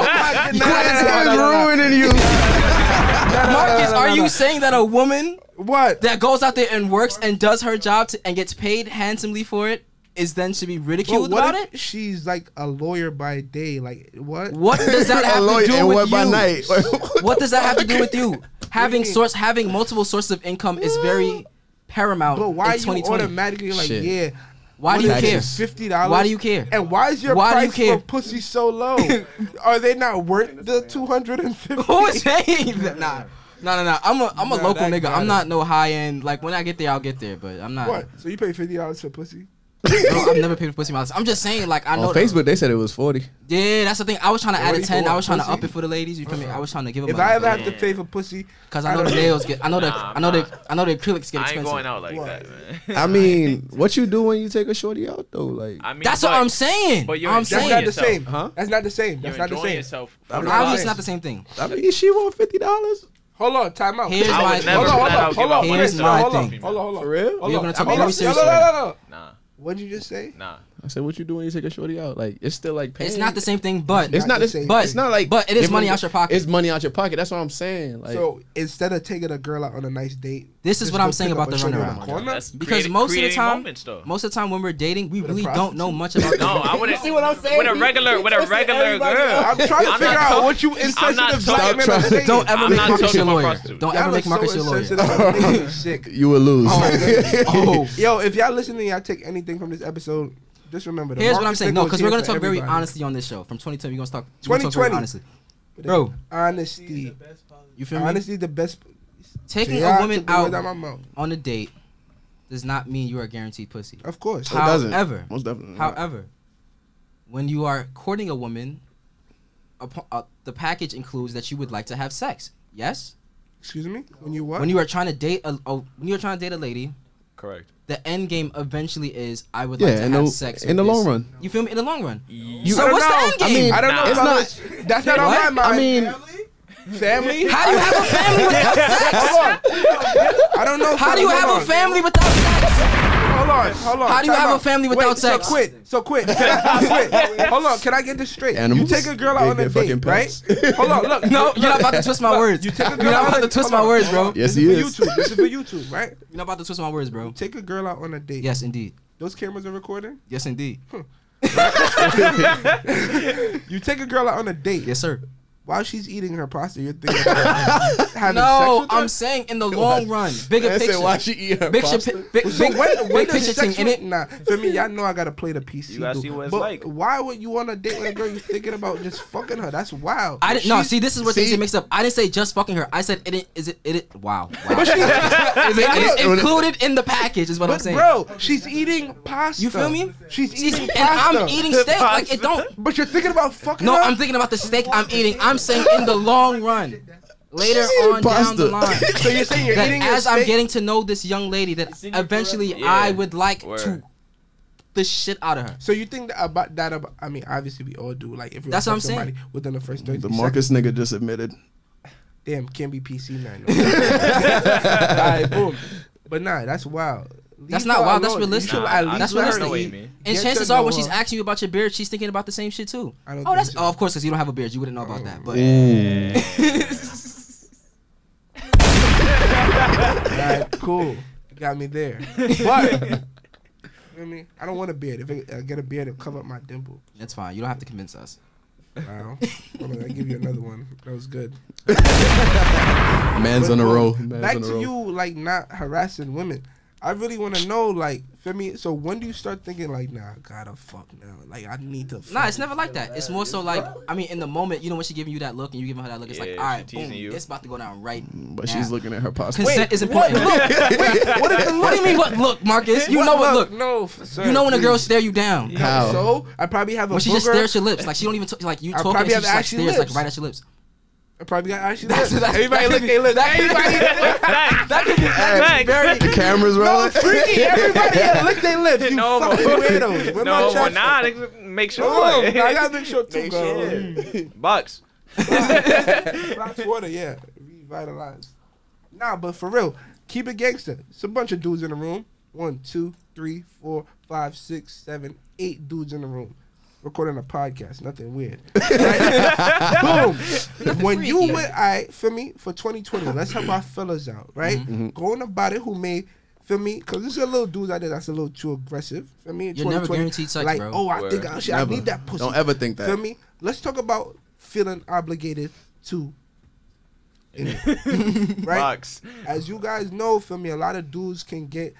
S3: Oh my
S5: Quinn
S3: goodness.
S5: is
S4: ruining
S3: <laughs>
S4: you.
S5: Marcus, are you saying that a woman
S3: What?
S5: that goes out there and works and does her job to, and gets paid handsomely for it is then should be
S3: But
S5: ridiculed
S3: what
S5: about
S3: if
S5: it?
S3: she's like a lawyer by day? Like what?
S5: What
S3: <laughs>
S5: does that have
S4: a
S5: to
S4: lawyer
S5: do
S4: and
S5: with
S4: what
S5: you?
S4: by night? <laughs>
S5: What does that have to do
S3: <laughs>
S5: with you? Having
S3: mean?
S5: source, having multiple sources of income is very paramount
S3: But why you
S5: in 2020.
S3: automatically like
S4: Shit.
S3: yeah?
S5: why do you
S3: what is
S5: care?
S3: this, Fifty dollars.
S5: Why do you care?
S3: And why is your
S5: Why do you
S3: price
S5: care?
S3: for pussy so
S5: <laughs>
S3: low? Are they not worth the two hundred and fifty?
S5: Who is saying that? Nah. No, no, no. I'm a I'm a
S3: Nah,
S5: local
S3: that
S5: nigga.
S3: got
S5: I'm
S3: it.
S5: not no high end. Like when I get there, I'll get there. But I'm
S3: <laughs>
S5: not.
S3: What? So you pay fifty dollars for pussy?
S5: Oh No, I've never paid for pussy miles. I'm just saying, like I know.
S4: On
S5: the-
S4: Facebook, they said it was forty.
S5: yeah, that's the thing. I was trying to add a
S3: Forty
S5: ten. I
S3: for
S5: was trying to
S3: pussy? Uh-huh.
S5: up it for the ladies. You feel me? I was trying to give them.
S3: If I ever have
S5: Because
S3: to pay for pussy,
S5: I know
S3: I
S5: the
S3: don't-
S5: nails get. I know the.
S8: Nah,
S5: I know the.
S8: nah.
S5: I know the acrylics get
S8: I
S5: expensive.
S8: ain't going out like
S3: What?
S8: that, man.
S4: I mean, what you do when you take a shorty out though? Like,
S8: <laughs> I mean,
S5: That's
S8: but
S5: what I'm saying.
S8: but you're
S5: I'm
S8: enjoying
S3: that's
S5: saying.
S3: not the
S8: yourself.
S3: same.
S4: Huh?
S3: That's not the same.
S8: You're
S3: That's not the
S8: enjoying
S3: same.
S8: yourself.
S3: I'm not
S5: Obviously,
S3: saying.
S5: it's not the same thing.
S4: I mean, she want fifty dollars
S3: Hold on, time out.
S5: Here's
S8: I
S5: my
S8: would never
S3: hold
S5: thing.
S3: on, hold
S8: flat
S3: on,
S8: out give
S3: hold
S8: up
S3: on.
S8: on
S5: Here's
S3: Chris,
S8: myself.
S5: my
S3: hold on,
S5: thing.
S3: Hold on, hold on.
S4: for real.
S5: We're gonna talk
S3: Hold
S5: about
S3: on,
S5: very
S3: no,
S5: serious.
S3: no,
S5: right
S3: no,
S5: now.
S3: no, no.
S8: Nah,
S3: What did you just say?
S8: nah.
S4: I said, what you do when you take a shorty out? Like, it's still like paying.
S5: It's not the same thing, but
S4: It's
S3: Not
S4: not
S3: the
S4: the
S3: same
S4: same.
S5: thing.
S4: It's not like.
S5: But it is
S4: giving-
S5: money out your pocket.
S4: It's money out your pocket. That's what I'm saying. Like,
S3: so instead of taking a girl out on a nice date,
S5: This is
S3: just
S5: what
S3: go
S5: I'm saying
S3: pick up
S5: about
S3: a
S5: the
S3: shorty on
S5: runaround.
S3: corner?
S8: That's
S5: Because
S8: creating-
S5: most of the
S8: creating
S5: time-
S8: moments, though.
S5: most of the time when we're dating, we
S3: a
S5: really don't know
S3: prostitute.
S5: much about.
S8: No,
S5: <laughs>
S8: I wouldn't. see what I'm saying? With a regular, with a regular girl.
S3: I'm trying to
S8: I'm
S3: figure
S8: not
S3: out
S8: talk-
S3: what you
S8: I'm not talking-
S3: insensitive black men are
S4: Stop
S3: saying.
S5: Don't ever
S8: I'm
S5: make
S8: not
S5: Marcus
S8: talking
S5: your
S8: about
S5: lawyer.
S8: prostitutes.
S5: Don't
S3: Y'all
S5: ever
S3: are
S5: make Marcus
S3: so
S5: your lawyer. <laughs>
S3: insensitive. I'm making sick.
S4: you will lose. <laughs>
S5: Oh,
S3: Yo, if y'all listening, y'all take anything from this episode. Just remember. the
S5: here's what I'm
S3: Marcus
S5: saying.
S3: Pickles
S5: No, because
S3: here
S5: we're gonna
S3: for
S5: talk very
S3: everybody.
S5: honestly on this show. From 2010, we're gonna talk. we're gonna talk very
S3: 2020.
S5: honestly, bro.
S3: Honesty,
S5: You feel me?
S3: honestly, the best.
S5: Taking
S3: Yeah,
S5: a
S3: I
S5: woman
S3: took the
S5: out
S3: word out my mouth.
S5: on a date does not mean you are guaranteed pussy.
S3: Of course.
S4: It doesn't.
S5: However-
S4: most definitely. not.
S5: However, when you are courting a woman, upo- uh, the package includes that you would like to have sex. Yes.
S3: Excuse me. When you what?
S5: When you are trying to date a, a when you are trying to date a lady,
S8: Correct.
S5: the end game eventually is I would
S4: Yeah,
S5: like to
S4: in
S5: have
S4: the-
S5: sex
S4: in
S5: with
S4: the long
S5: this.
S4: run.
S5: You feel me? In the long run.
S8: You
S5: so
S3: I
S5: what's
S3: don't
S5: the
S3: know.
S5: end
S4: I
S5: game?
S4: mean,
S3: I don't know
S8: Nah.
S3: about this. That's not on my
S5: What?
S3: mind.
S4: I mean,
S3: family.
S5: <laughs> How do you
S4: <laughs>
S5: have a family without sex?
S3: I don't know.
S5: How do you
S3: Hold
S5: have
S3: on.
S5: a family without sex?
S3: Hold on, hold on.
S5: How do you
S3: Time
S5: have a
S3: out.
S5: family
S3: Wait,
S5: without sex?
S3: So quit. So quit. <laughs> quit. Hold on. Can I get this straight?
S4: Animals.
S3: You take a girl out on
S4: They
S3: a
S4: get
S3: date,
S4: fucking
S3: right?
S4: pets.
S3: Hold on.
S5: <laughs>
S3: Look.
S5: No, you're not about to
S4: <laughs>
S5: twist my words. You
S3: take a girl
S5: are not
S3: out
S5: about to
S3: and-
S5: twist
S3: hold
S5: my
S3: on,
S5: words,
S3: hold
S5: bro.
S3: on.
S5: You're
S4: yes,
S3: This
S4: he
S3: is
S4: is.
S3: for YouTube. This is for
S5: <laughs>
S3: YouTube, right?
S5: not about to twist my words, bro.
S3: Take a girl out on a date.
S5: Yes, indeed.
S3: Those cameras are recording.
S5: Yes, indeed.
S4: Hmm.
S3: You take a girl out on a date.
S5: Yes, sir.
S3: While she's eating her pasta, you're
S5: <laughs>
S3: thinking about having
S5: No,
S3: sex with her?
S5: I'm saying in the long run, bigger
S4: Man said,
S5: picture.
S4: why she eat her
S5: Big shit,
S4: pasta?
S5: big, big,
S3: So
S5: <laughs> big,
S3: when, when does
S5: picture thing
S3: sex
S5: in it.
S3: Nah, for me, y'all know I gotta play the PC.
S8: You gotta
S3: dude.
S8: see what it's
S3: but
S8: like.
S3: Why would you want a date with a girl you thinking about just fucking her? That's wild.
S5: I didn't. No,
S3: She's- <laughs>
S5: see, this is where things
S4: see-
S5: get mixed up. I didn't say just fucking her. I said it. i- Is it? It. i- Wow. wow. <laughs>
S3: Is it-
S5: It
S3: <laughs>
S5: is
S3: Look,
S5: included in the package, is what I'm
S3: But
S5: saying.
S3: bro, she's eating pasta.
S5: you feel me?
S3: She's
S5: She's-
S3: eating
S5: and
S3: pasta.
S5: I'm eating steak. Like it don't.
S3: But you're thinking about fucking
S5: No,
S3: her.
S5: I'm thinking about the steak I'm eating. I'm saying in the long run, later
S4: She's eating
S5: on down the
S4: pasta.
S5: line.
S3: <laughs> so you're saying you're
S5: that
S3: eating your
S5: as I'm
S3: steak-
S5: getting to know this young lady, that eventually
S8: Yeah.
S5: I would like to
S8: Word.
S5: the shit out of her.
S3: So you think that about that? About, I mean, obviously we all do. Like if you're
S5: That's what I'm
S3: somebody within the first thirty
S4: The
S3: seconds,
S4: Marcus nigga just admitted.
S3: damn, can be PC nine. <laughs> Alright, boom. But nah, that's wild. Leave
S5: That's not
S3: her
S5: wild, that's
S3: alone. You
S5: realistic.
S3: should
S8: Nah,
S3: at
S8: I-
S3: least
S5: that's
S3: let her
S5: realistic.
S3: eat.
S8: No way, man.
S5: And
S3: Get
S5: chances
S3: to
S5: are,
S3: know
S5: when she's
S3: her.
S5: asking you about your beard, she's thinking about the same shit too.
S3: I don't
S5: Oh, that's
S3: think so.
S5: oh, of course, because you don't have a beard. You wouldn't know about that. But
S3: Alright, cool. You got me there. But <laughs> you know what I mean, I don't want a beard. If I I uh, get a beard, it'll cover up my dimple.
S5: that's fine. You don't have to convince us.
S3: Wow. I'm gonna give you another one. That was good.
S4: Man's
S3: But
S4: on a
S3: look,
S4: roll. Man's
S3: back
S4: on a
S3: to
S4: roll.
S3: you, like not harassing women. I really want to know, like, feel me. So when do you start thinking, like, nah, I gotta fuck now. Like, I need to. Fuck.
S5: Nah, it's never like that. It's more so like I mean, in the moment, you know, when she giving you that look and you giving her that look, it's
S8: Yeah,
S5: like,
S8: she
S5: all right,
S8: teasing
S5: boom,
S8: you.
S5: it's about to go down right.
S4: But she's
S5: now.
S4: looking at her posture.
S5: Consent is important. What,
S3: What is the <laughs> look?
S5: do you mean? What look, Marcus? You
S3: What
S5: know what look?
S3: No, f- sir,
S5: You know when a
S3: please.
S5: girl stare you down.
S4: How?
S3: So I probably have a.
S5: When she just
S3: booger.
S5: stares your lips, like she don't even t- like you
S3: I
S5: talking, and
S3: probably
S5: she
S3: have
S5: just like
S3: ashy
S5: stares like
S3: lips.
S5: right at your lips.
S3: I probably got ashy
S5: That's-
S3: lips.
S5: that's-
S3: Everybody
S5: that
S3: lick
S5: could
S3: their
S5: be-
S3: lips.
S5: that could be-
S3: Everybody.
S5: That could be
S4: <laughs>
S6: Facts.
S5: very
S4: The camera's
S3: No,
S4: rolling.
S3: freaky. Everybody
S5: <laughs>
S3: had lick their lips. You
S8: No,
S3: fucking
S8: but-
S3: weirdos. Where my
S8: No, we're
S3: chest-
S8: not. Ex- Make
S5: <laughs>
S3: Oh,
S8: sure. <laughs>
S3: I gotta make sure too, girl.
S8: Bucks.
S3: Black water, yeah. Revitalized. Nah, but for real, keep it gangster. It's a bunch of dudes in the room. One, two, three, four, five, six, seven, eight dudes in the room. Recording a podcast, nothing weird. <laughs> Right? Boom. When you
S5: freaky.
S3: went, I feel me for 2020. Let's help our fellas out, right? Going about it, who may feel me? Because there's a little dudes out there that's a little too aggressive. Feel me? in
S5: You're never
S3: 2020,
S5: guaranteed sex,
S3: Like,
S5: bro.
S3: oh, I
S8: Word.
S3: think I, should, I
S4: Never.
S3: need that pussy.
S4: Don't ever think that.
S3: Feel me? Let's talk about feeling obligated to. right?
S8: Bucks.
S3: As you guys know, feel me, a lot of dudes can get,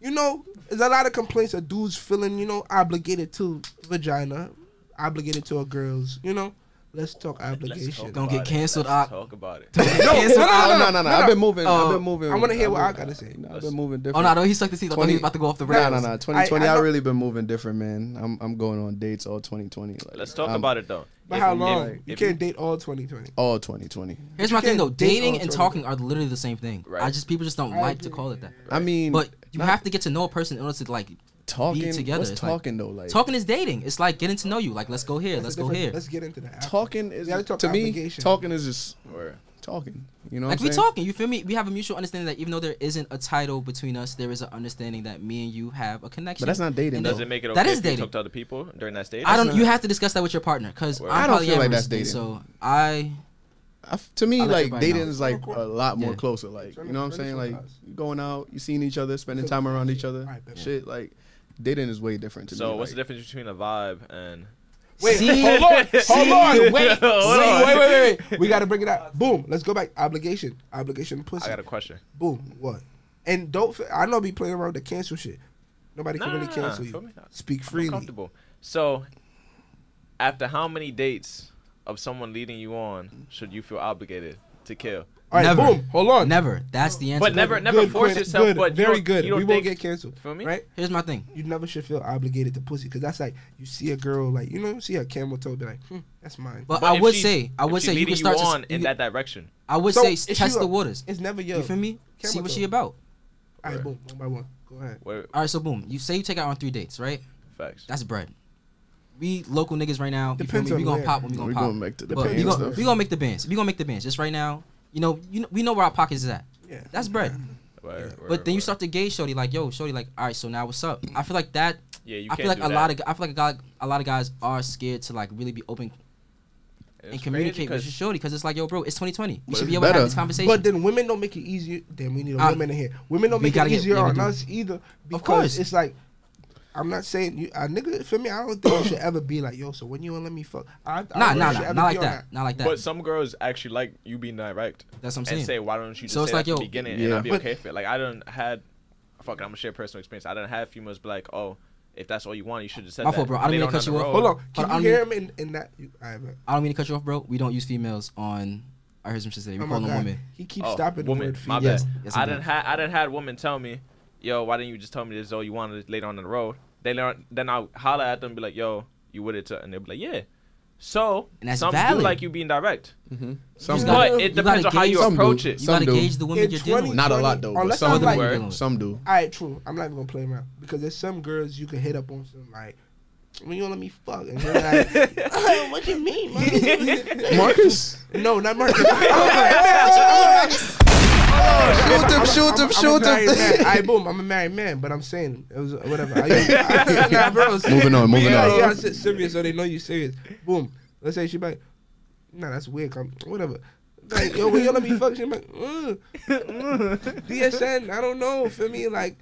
S3: you know, there's a lot of complaints of dudes feeling, you know, obligated to vagina, obligated to a girl's, you know. Let's talk obligation.
S5: Don't get canceled uh,
S8: Let's
S5: out.
S8: talk about it.
S5: Canceled out.
S4: Oh, no, no, no. I've been moving. I've
S5: Oh,
S4: been moving.
S3: I wanna hear what I
S4: I've been-
S3: gotta say.
S4: no, I've been moving
S5: <laughs> Oh
S4: different.
S5: no, no, he sucked his teeth. I thought he was about to go off the
S4: No,
S5: rails.
S4: no, no. 2020,
S3: I- I
S4: I,
S3: know-
S4: really been moving different, man. I'm I'm going on dates all 2020. Like,
S8: Let's
S5: Um,
S8: talk
S4: I'm
S8: about it though.
S3: But
S8: If-
S3: how
S8: if-
S3: long?
S8: if
S3: you can't date all 2020.
S4: all 2020.
S5: Here's my thing
S3: can't
S5: though:
S3: date
S5: dating
S3: all
S5: and
S3: three.
S5: talking are literally the same thing.
S8: Right.
S5: I just people just don't
S3: I
S5: like to
S3: agree.
S5: call it that.
S4: I mean,
S5: But you
S4: not
S5: have to get to know a person in order to like
S4: talking.
S5: be together.
S4: What's
S5: It's like-
S4: talking though? Like
S5: Talking is dating. It's like getting to know you. Like let's go here.
S3: That's
S5: Let's
S3: a
S5: go
S3: different-
S5: here.
S3: Let's get into <laughs> that.
S4: talking is
S3: You gotta talk
S4: to me.
S3: obligation.
S4: Talking is just
S8: Word.
S4: talking. You know,
S5: Like
S4: what
S5: we
S4: I'm
S5: talking, you feel me? We have a mutual understanding that even though there isn't a title between us, there is an understanding that me and you have a connection.
S4: But that's not dating.
S5: And
S4: though.
S8: Does it make it okay
S5: That is
S8: if you
S5: dating.
S8: talk to other people during that stage?
S5: I don't. You have to discuss that with your partner because
S8: Word.
S5: I
S4: I don't feel like that's dating.
S5: So I
S4: I f to me,
S5: I'll let
S4: like
S5: everybody
S4: dating
S5: know.
S4: is like a lot more
S5: Yeah.
S4: closer. Like you know what I'm saying? Like
S3: Us.
S4: you going out, you seeing each other, spending time around each other.
S3: Alright, bet.
S4: Shit, like dating is way different to me.
S8: So what's the
S4: like-
S8: difference between a vibe and? <laughs>
S3: Wait,
S5: See?
S3: hold on, hold on, <laughs> wait,
S8: Hold on.
S3: wait, wait, wait, wait. We gotta bring it out. Boom. Let's go back. Obligation, obligation, pussy.
S8: I got a question.
S3: Boom. What? And don't. f- I know be playing around with the cancel shit. Nobody can
S8: Nah,
S3: really
S8: nah,
S3: cancel
S8: feel
S3: you.
S8: me? I'm
S3: Speak
S8: I'm
S3: freely.
S8: comfortable. So, after how many dates of someone leading you on should you feel obligated to kill?
S3: All right.
S5: Never.
S3: Boom. Hold on.
S5: <laughs> never. That's the answer.
S8: But never, never
S3: Good,
S8: force
S3: good,
S8: yourself.
S3: Good,
S8: but you
S3: very
S8: don't-
S3: good.
S8: You don't
S3: we
S8: think,
S3: won't get canceled.
S8: Feel me?
S3: Right.
S5: Here's my thing.
S3: You never should feel obligated to pussy because that's like you see a girl like you know you see a camel toe be like hmm, that's mine.
S5: But,
S8: But
S5: I
S8: if
S5: would
S8: she's-
S5: say, I
S8: if
S5: would
S8: she's
S5: say you
S8: leading
S5: can start.
S8: on
S5: to,
S8: in
S5: you-
S8: that direction.
S5: I would
S3: So,
S5: say
S3: is she
S5: test
S3: a-
S5: the waters.
S3: it's never yo.
S5: You feel me? See what
S3: toe.
S5: she about.
S3: All right. Boom. One by one. Go ahead.
S8: Wait,
S5: All right, so boom. You say you take out on three dates, right?
S8: facts.
S5: That's bread. We local niggas right now. you feel
S3: Depends
S5: me?
S3: on
S5: We gonna
S3: where.
S5: pop when we gonna
S4: We
S5: pop.
S4: going back to the
S5: But we
S4: band
S5: gonna,
S4: stuff.
S5: we gonna make the bands. We gonna make the bands. Just right now, you know, you know, we know where our pockets is at.
S3: Yeah.
S5: That's bread.
S8: Word, word,
S5: But then you
S8: word.
S5: start to gauge Shorty like, yo, Shorty like, all right, so now what's up? I feel like that.
S8: Yeah, you
S5: I feel
S8: can't
S5: like
S8: do
S5: a
S8: that.
S5: lot of I feel like a, guy, a lot of guys are scared to like really be open
S8: It's
S5: and
S8: crazy
S5: communicate with
S8: 'cause
S5: your Shorty because it's like, yo, bro, it's 2020. We
S4: But
S5: should
S4: it's
S5: be able to
S4: better.
S5: have this conversation.
S3: But then women don't make it easier. Then we need a
S5: Uh,
S3: woman in here. Women don't
S5: we
S3: make it
S5: gotta get-
S3: easier
S5: yeah, we
S3: on
S5: do.
S3: us either. Because
S5: course.
S3: it's like I'm not saying you a nigga for me. I don't think you should ever be like yo. So when you gonna let me fuck? I, I don't
S5: nah,
S3: think
S5: nah,
S3: you should
S5: nah,
S3: ever
S5: not
S3: be
S5: like
S3: on
S5: that. Not like that.
S8: But some girls actually like you being direct.
S5: That's what I'm
S8: and
S5: saying.
S8: say, why don't you just
S5: So
S8: say
S5: it's
S8: that
S5: like,
S8: from
S5: yo-
S8: the beginning and
S4: Yeah.
S8: I'll be
S3: But-
S8: okay with it? Like, I don't had, fuck, it, I'm gonna share personal experience. I don't have females be like, oh, if that's all you want, you should just said
S5: My
S8: that.
S5: fault, bro. I
S8: They
S5: didn't mean to
S8: don't on
S5: cut you
S8: the road.
S5: off.
S3: Hold on.
S5: But
S3: Can
S5: I'm-
S3: you hear him in, in that? You, all right, man.
S5: I don't mean to cut you off, bro. We don't use females on. I heard some shit today. We
S3: Oh
S5: call
S3: my
S5: them
S3: God.
S5: women.
S3: He keeps
S8: Oh,
S3: stopping the
S8: woman.
S3: word
S8: My
S3: female.
S8: bad.
S5: Yes, yes, I
S8: I
S5: did.
S8: didn't had I didn't had women tell me, yo, why didn't you just tell me this is all you wanted later on in the road? They learn then I'll holler at them and be like, yo, you with it too? and they'll be like, Yeah. So
S5: And that's
S8: some
S5: valid.
S8: do like you being direct.
S4: Some
S5: You
S4: do.
S5: gotta-
S8: But
S5: you
S8: it
S5: gotta
S8: depends on how
S5: gauge-
S8: you
S4: Some do.
S8: approach it.
S5: You
S4: Some
S5: gotta
S4: do.
S5: gauge the women
S3: In
S5: you're dealing with.
S3: Not
S4: not a lot though.
S3: Or
S4: But
S3: let's
S4: some
S5: not like-
S4: do.
S3: <laughs>
S4: Some do.
S3: All right, true. I'm not even gonna play around because there's some girls you can hit up on some like. When you gonna let me fuck, and they're like, <laughs> "Uh, "What you
S5: <laughs>
S3: mean, man?"
S4: Marcus,
S3: no, not <laughs> Marcus. Oh,
S4: shoot him, shoot
S3: I'm
S4: him,
S3: a- I'm a married
S4: shoot
S3: man.
S4: <laughs> him.
S3: I boom. I'm a married man, but I'm saying it was whatever.
S4: <laughs>
S3: I, I, nah, bro.
S4: Moving on, moving
S3: yeah,
S4: on.
S3: Yeah, I said serious, so they know you serious. Boom. Let's say she be like, nah, that's weird. Come, whatever. Like, yo, when y'all let me fuck uh, shit, I'm like, Ugh. uh. BSN, I don't know, feel me? Like,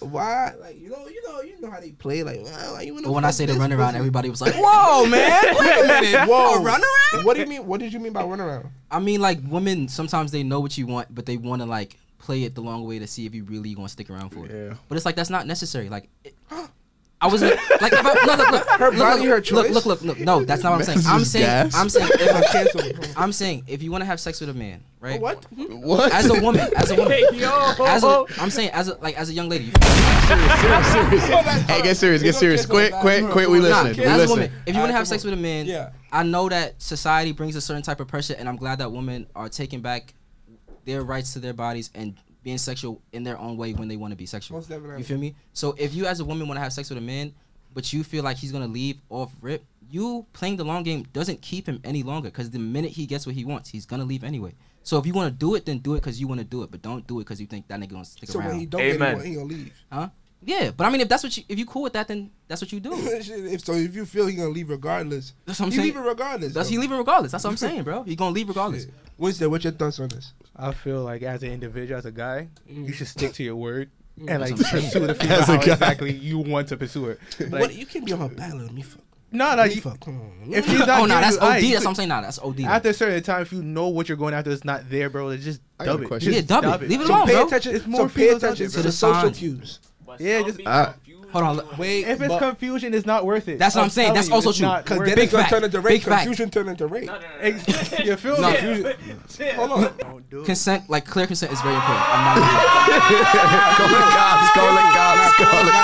S3: why? Like, you know, you know, you know how they play. Like, "Ah, you wanna
S5: But when I
S3: fuck
S5: say the
S3: this
S5: runaround,
S3: pussy?"
S5: everybody was like, "Whoa, <laughs> man! Wait a
S3: <laughs>
S5: minute!
S3: Whoa.
S5: Whoa, runaround!"
S3: What do you mean? What did you mean by runaround?
S5: I mean, like women sometimes they know what you want, but they want to like play it the long way to see if you really gonna stick around for it.
S4: Yeah.
S5: But it's like that's not necessary. Like, it, I was
S3: <gasps>
S5: like, if I, no, look, look, her look,
S3: body, her
S5: look, look,
S3: choice?
S5: look, look, look, no, that's not what I'm saying.
S4: Message
S5: I'm
S4: is
S5: saying,
S4: gas.
S5: I'm saying,
S3: <laughs>
S5: if
S3: I'm
S5: I,
S3: canceling.
S5: I'm saying, if you want to have sex with a man, right?
S3: Oh, What?
S4: What?
S5: As a <laughs> woman, as
S3: <laughs>
S5: a woman,
S8: Yo.
S5: as a, I'm saying, as a like as a young lady, you-
S4: hey, get serious, get serious, quick, quick, quick. We
S5: nah,
S4: listening, we
S5: as a woman,
S4: listening.
S5: if you want to have sex with a man,
S3: Yeah.
S5: I know that society brings a certain type of pressure, and I'm glad that women are taking back their rights to their bodies and being sexual in their own way when they want to be sexual.
S3: Most definitely.
S5: You feel me? So if you as a woman want to have sex with a man, but you feel like he's gonna leave off rip, you playing the long game doesn't keep him any longer because the minute he gets what he wants, he's gonna leave anyway. So if you want to do it, then do it because you want to do it, but don't do it because you think that nigga gonna stick
S3: So
S5: around.
S3: when he don't get
S8: Amen.
S3: anyone, he gonna leave. <laughs>
S5: huh? Yeah, but I mean, if that's what you if you cool with that, then that's what you do.
S3: <laughs> if so, if you feel he gonna leave regardless,
S5: That's what I'm
S3: he
S5: saying.
S3: leaving regardless.
S5: That's
S3: though.
S5: he leaving regardless. That's what I'm saying, bro. He gonna
S3: <laughs>
S5: leave regardless. <laughs>
S3: Shit. Winston, what's your thoughts on this?
S7: <laughs> I feel like as an individual, as a guy, you should stick to your word and like
S5: That's what I'm saying.
S7: pursue the female
S4: As a
S7: how
S4: guy.
S7: exactly you want to pursue <laughs> it.
S3: what
S7: Like,
S3: you can be on her battle with me. Fuck,
S7: no, no,
S3: me
S7: you,
S3: fuck, come on.
S7: if she's not
S5: oh no,
S7: giving
S5: that's
S7: you
S5: OD.
S7: eyes,
S5: that's what I'm saying. Nah, that's OD.
S7: After a certain time, if you know what you're going after, it's not there, bro. Then just
S4: I got
S7: dub
S4: a
S7: it.
S4: question.
S7: Just
S5: Yeah, dub it. Leave it alone,
S3: pay
S5: bro.
S3: attention. It's
S7: It's
S3: more
S7: more
S3: so pay
S7: females out
S3: attention
S7: there,
S3: to
S7: bro.
S3: the social
S5: Fine.
S3: cues.
S7: Yeah, just
S4: Uh,
S5: Hold on. look.
S3: Wait,
S7: if it's confusion, it's not worth it.
S5: That's what I'm saying.
S7: telling
S5: That's
S7: you,
S5: also
S7: it's
S5: true.
S7: not
S5: Cause
S7: worth
S3: then
S7: it.
S5: Big
S3: it's gonna
S5: fact.
S3: turn into rape.
S5: Big fact.
S3: Confusion turn into rape.
S7: Ex- <laughs> you feel
S5: No.
S7: me?
S3: Confusion. Hold
S5: <laughs>
S3: on.
S7: Don't do it.
S5: Consent, like clear consent, is very important. I'm not
S4: Call the cops, call the cops,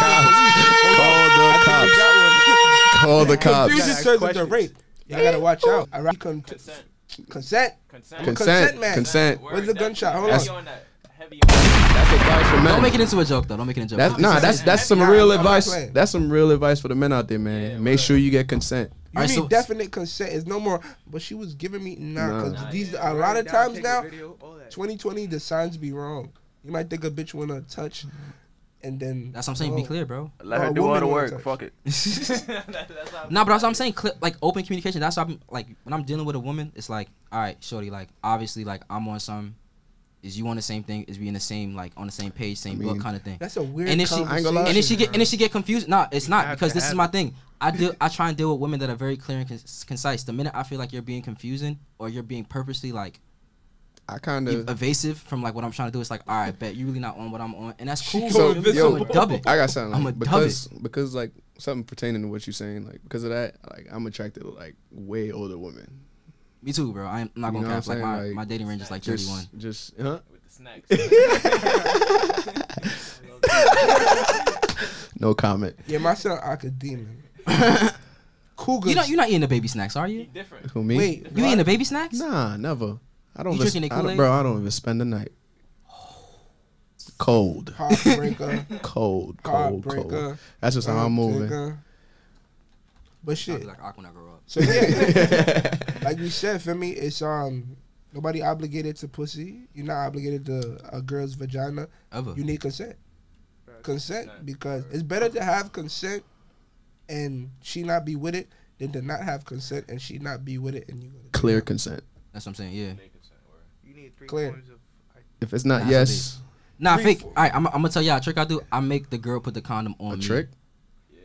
S4: call the cops.
S5: <laughs>
S4: Call the cops. Call the
S3: Confusion
S4: cops.
S3: turns into
S7: questions.
S3: rape. Y'all gotta watch out. I con-
S2: Consent.
S3: consent.
S2: Consent.
S4: Consent,
S3: Consent, man.
S4: consent.
S2: Word.
S3: Where's the gunshot? Hold
S4: That's-
S3: on.
S2: on that. Heavy on that.
S4: That's advice for
S5: Don't
S4: men.
S5: make it into a joke though. Don't make it into a joke.
S4: That's, nah, that's that's some
S3: Nah,
S4: real
S3: I'm not
S4: advice.
S3: playing.
S4: That's some real advice for the men out there, man. Make sure you get consent.
S3: You
S5: Alright,
S3: need
S5: so-
S3: definite consent. It's no more. But she was giving me nah.
S4: Nah.
S3: Because
S4: Nah,
S3: these a lot of times now,
S7: Video, all that.
S3: 2020, the signs be wrong. You might think a bitch wanna touch, and then
S5: That's what I'm saying. Be
S3: Oh.
S5: clear, bro.
S3: No,
S6: Let her
S3: a
S6: do all
S3: woman
S6: the
S3: wanna
S6: work.
S3: touch.
S6: Fuck it.
S5: Nah, but that's what I'm saying. Clear, like open communication. That's what I'm like when I'm dealing with a woman. It's like, all right, shorty. Like obviously, like I'm on some. Is you on the same thing? Is we in the same like on the same page, same book
S4: mean,
S5: kind of thing?
S3: That's a weird
S5: And if she- I
S4: ain't gonna lie.
S5: and if she get and if she get confused, nah, it's not
S7: have
S5: because
S7: to
S5: this is
S7: have
S5: my
S7: it.
S5: thing. I do. I try and deal with women that are very clear and con- concise. The minute I feel like you're being confusing or you're being purposely like
S4: I kind of.
S5: evasive from like what I'm trying to do, it's like, all right, bet you really not on what I'm on, and
S7: <laughs>
S5: that's cool.
S4: So,
S5: I'm
S4: yo,
S5: gonna dub it.
S4: I got something.
S5: I'm
S4: like,
S5: a dub
S4: because because like something pertaining to what you're saying, like because of that, like I'm attracted to like way older women.
S5: Me too, bro. I'm not gonna
S4: You know what I'm
S5: cap. Like
S4: saying?
S5: my,
S4: Like,
S5: my dating range is like
S4: Just
S5: 31.
S4: just huh?
S2: With the snacks.
S4: <laughs> No comment.
S3: Yeah, my son academia. Cougars.
S5: You know, you're not eating the baby snacks, are
S2: He
S5: you?
S2: different.
S4: Who me?
S3: Wait,
S5: You
S3: what?
S5: eating the baby snacks?
S4: Nah, never. I don't.
S5: You
S4: even-
S5: drinking the
S4: I don't-
S5: Kool-Aid?
S4: bro? I don't even spend the night. Cold,
S5: <laughs>
S3: Heartbreaker.
S4: cold, cold, cold.
S3: Heartbreaker.
S4: That's just how I'm moving.
S3: Heartbreaker. But
S5: I'll
S3: shit.
S5: be like awkward when I grow up.
S3: So yeah, like we said, for me, it's um nobody obligated to pussy. You're not obligated to a girl's vagina.
S5: Ever.
S3: You need consent. Consent because it's better to have consent and she not be with it than to not have consent and she not be with it and you gonna
S4: <laughs> Clear consent.
S5: That's what I'm saying. Yeah.
S7: You need three
S3: Clear.
S7: forms of-
S4: If it's not
S5: Nah,
S4: yes,
S5: Nah,
S3: Three,
S5: fake.
S3: four.
S5: All right, I'm, I'm gonna tell y'all a trick I do. I make the girl put the condom on
S4: a
S5: me.
S4: trick.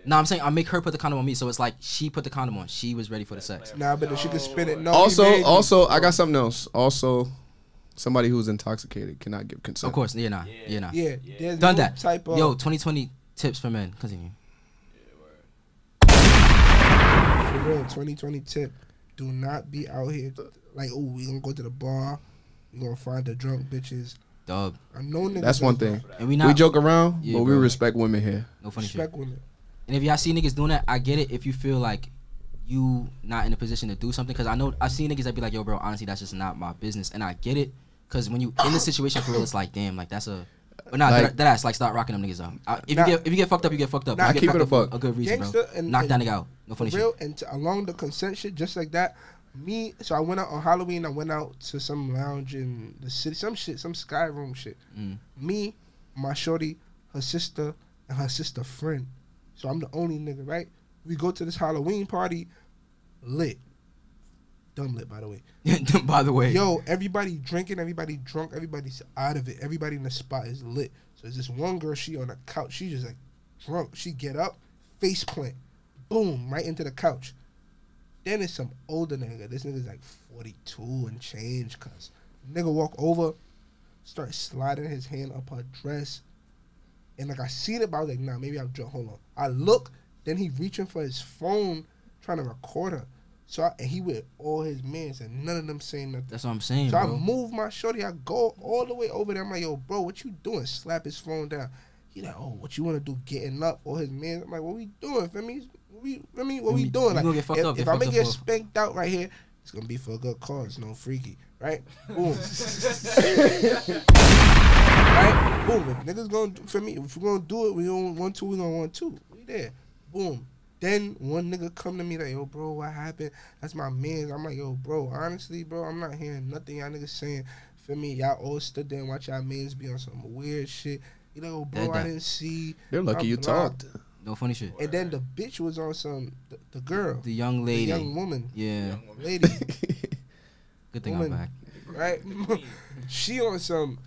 S5: No, I'm saying I make her put the condom on me, so it's like she put the condom on. She was ready for the sex.
S3: Nah, but if she can spin it. No. he Oh, made
S4: Also,
S3: me.
S4: also, I got something else. Also, somebody who's intoxicated cannot give consent.
S5: Of course, yeah, nah, yeah, nah.
S3: Yeah. There's
S5: Done
S3: no
S5: that.
S3: Type of
S5: Yo, 2020 tips for men. Continue.
S3: For real, 2020 tip. Do not be out here like, oh, we gonna go to the bar, we gonna find the drunk bitches.
S5: Dub.
S3: I know niggas.
S4: That's one
S3: that
S4: thing.
S5: And we not.
S4: We joke around,
S5: Yeah,
S4: but we
S5: bro.
S4: respect women here.
S5: No funny shit.
S3: Respect women.
S5: And if y'all see niggas doing that, I get it. If you feel like you not in a position to do something, because I know I've seen niggas that be like, "Yo, bro, honestly, that's just not my business," and I get it. Because when you in the situation for real, it's like, damn, like that's a. But nah,
S4: Like-
S5: that, that ass like stop rocking them niggas out. I- If
S3: Nah.
S5: you get if you get fucked up, you get fucked up.
S3: Nah,
S5: You get
S4: keep
S5: fucked
S4: it a
S5: up for
S4: fuck.
S5: A good reason, bro.
S3: Gangsta and-
S5: Knock that
S3: and-
S5: nigga out. No funny shit.
S3: real and to, along the consent shit, just like that. Me, so I went out on Halloween. I went out to some lounge in the city, some shit, some sky room shit.
S5: Mm.
S3: Me, my shorty, her sister, and her sister friend. So I'm the only nigga, right? We go to this Halloween party, lit. dumb lit, by the way.
S5: <laughs> By the way,
S3: Yo, everybody drinking, everybody drunk, everybody's out of it. Everybody in the spot is lit. So there's this one girl, she on a couch, she just like drunk. She get up, face plant, boom, right into the couch. Then it's some older nigga. This nigga's like 42 and change, cuz. Nigga walk over, start sliding his hand up her dress. And like I seen it, but I was like, nah, maybe I'm drunk. Hold on. I look, then he reaching for his phone, trying to record her. So I, and he with all his mans, and none of them saying nothing.
S5: that's what I'm saying,
S3: So I
S5: bro.
S3: move my shorty. I go all the way over there. I'm like, yo, bro, what you doing? Slap his phone down. He like, oh, what you want to do? Getting up or his man? I'm like, what we doing? Feel me? What we, feel me? What we
S5: You
S3: doing? Like,
S5: gonna get fucked
S3: if,
S5: up,
S3: if
S5: get
S3: I'm gonna
S5: fucked
S3: get
S5: up for-
S3: spanked out right here, it's gonna be for a good cause. No freaky, right?
S5: <laughs>
S3: Boom. right? Boom. If niggas gonna do, for me, if we gonna do it, we don't want to. We gonna want to. We there. Boom. Then one nigga come to me like, yo, bro, what happened? That's my man's. I'm like, yo, bro, honestly, bro, I'm not hearing nothing y'all niggas saying. For me, y'all all stood there and watch y'all mans be on some weird shit. You know, bro,
S5: That-
S3: I
S5: that-
S3: didn't see.
S4: They're lucky you
S3: Blah, blah.
S4: talked.
S5: No funny shit.
S3: And then the bitch was on some, the, the girl,
S5: The young
S3: the
S5: lady.
S3: young woman,
S5: yeah.
S3: <laughs> lady,
S5: Good thing
S3: woman.
S5: I'm back.
S3: right? <laughs> she on some.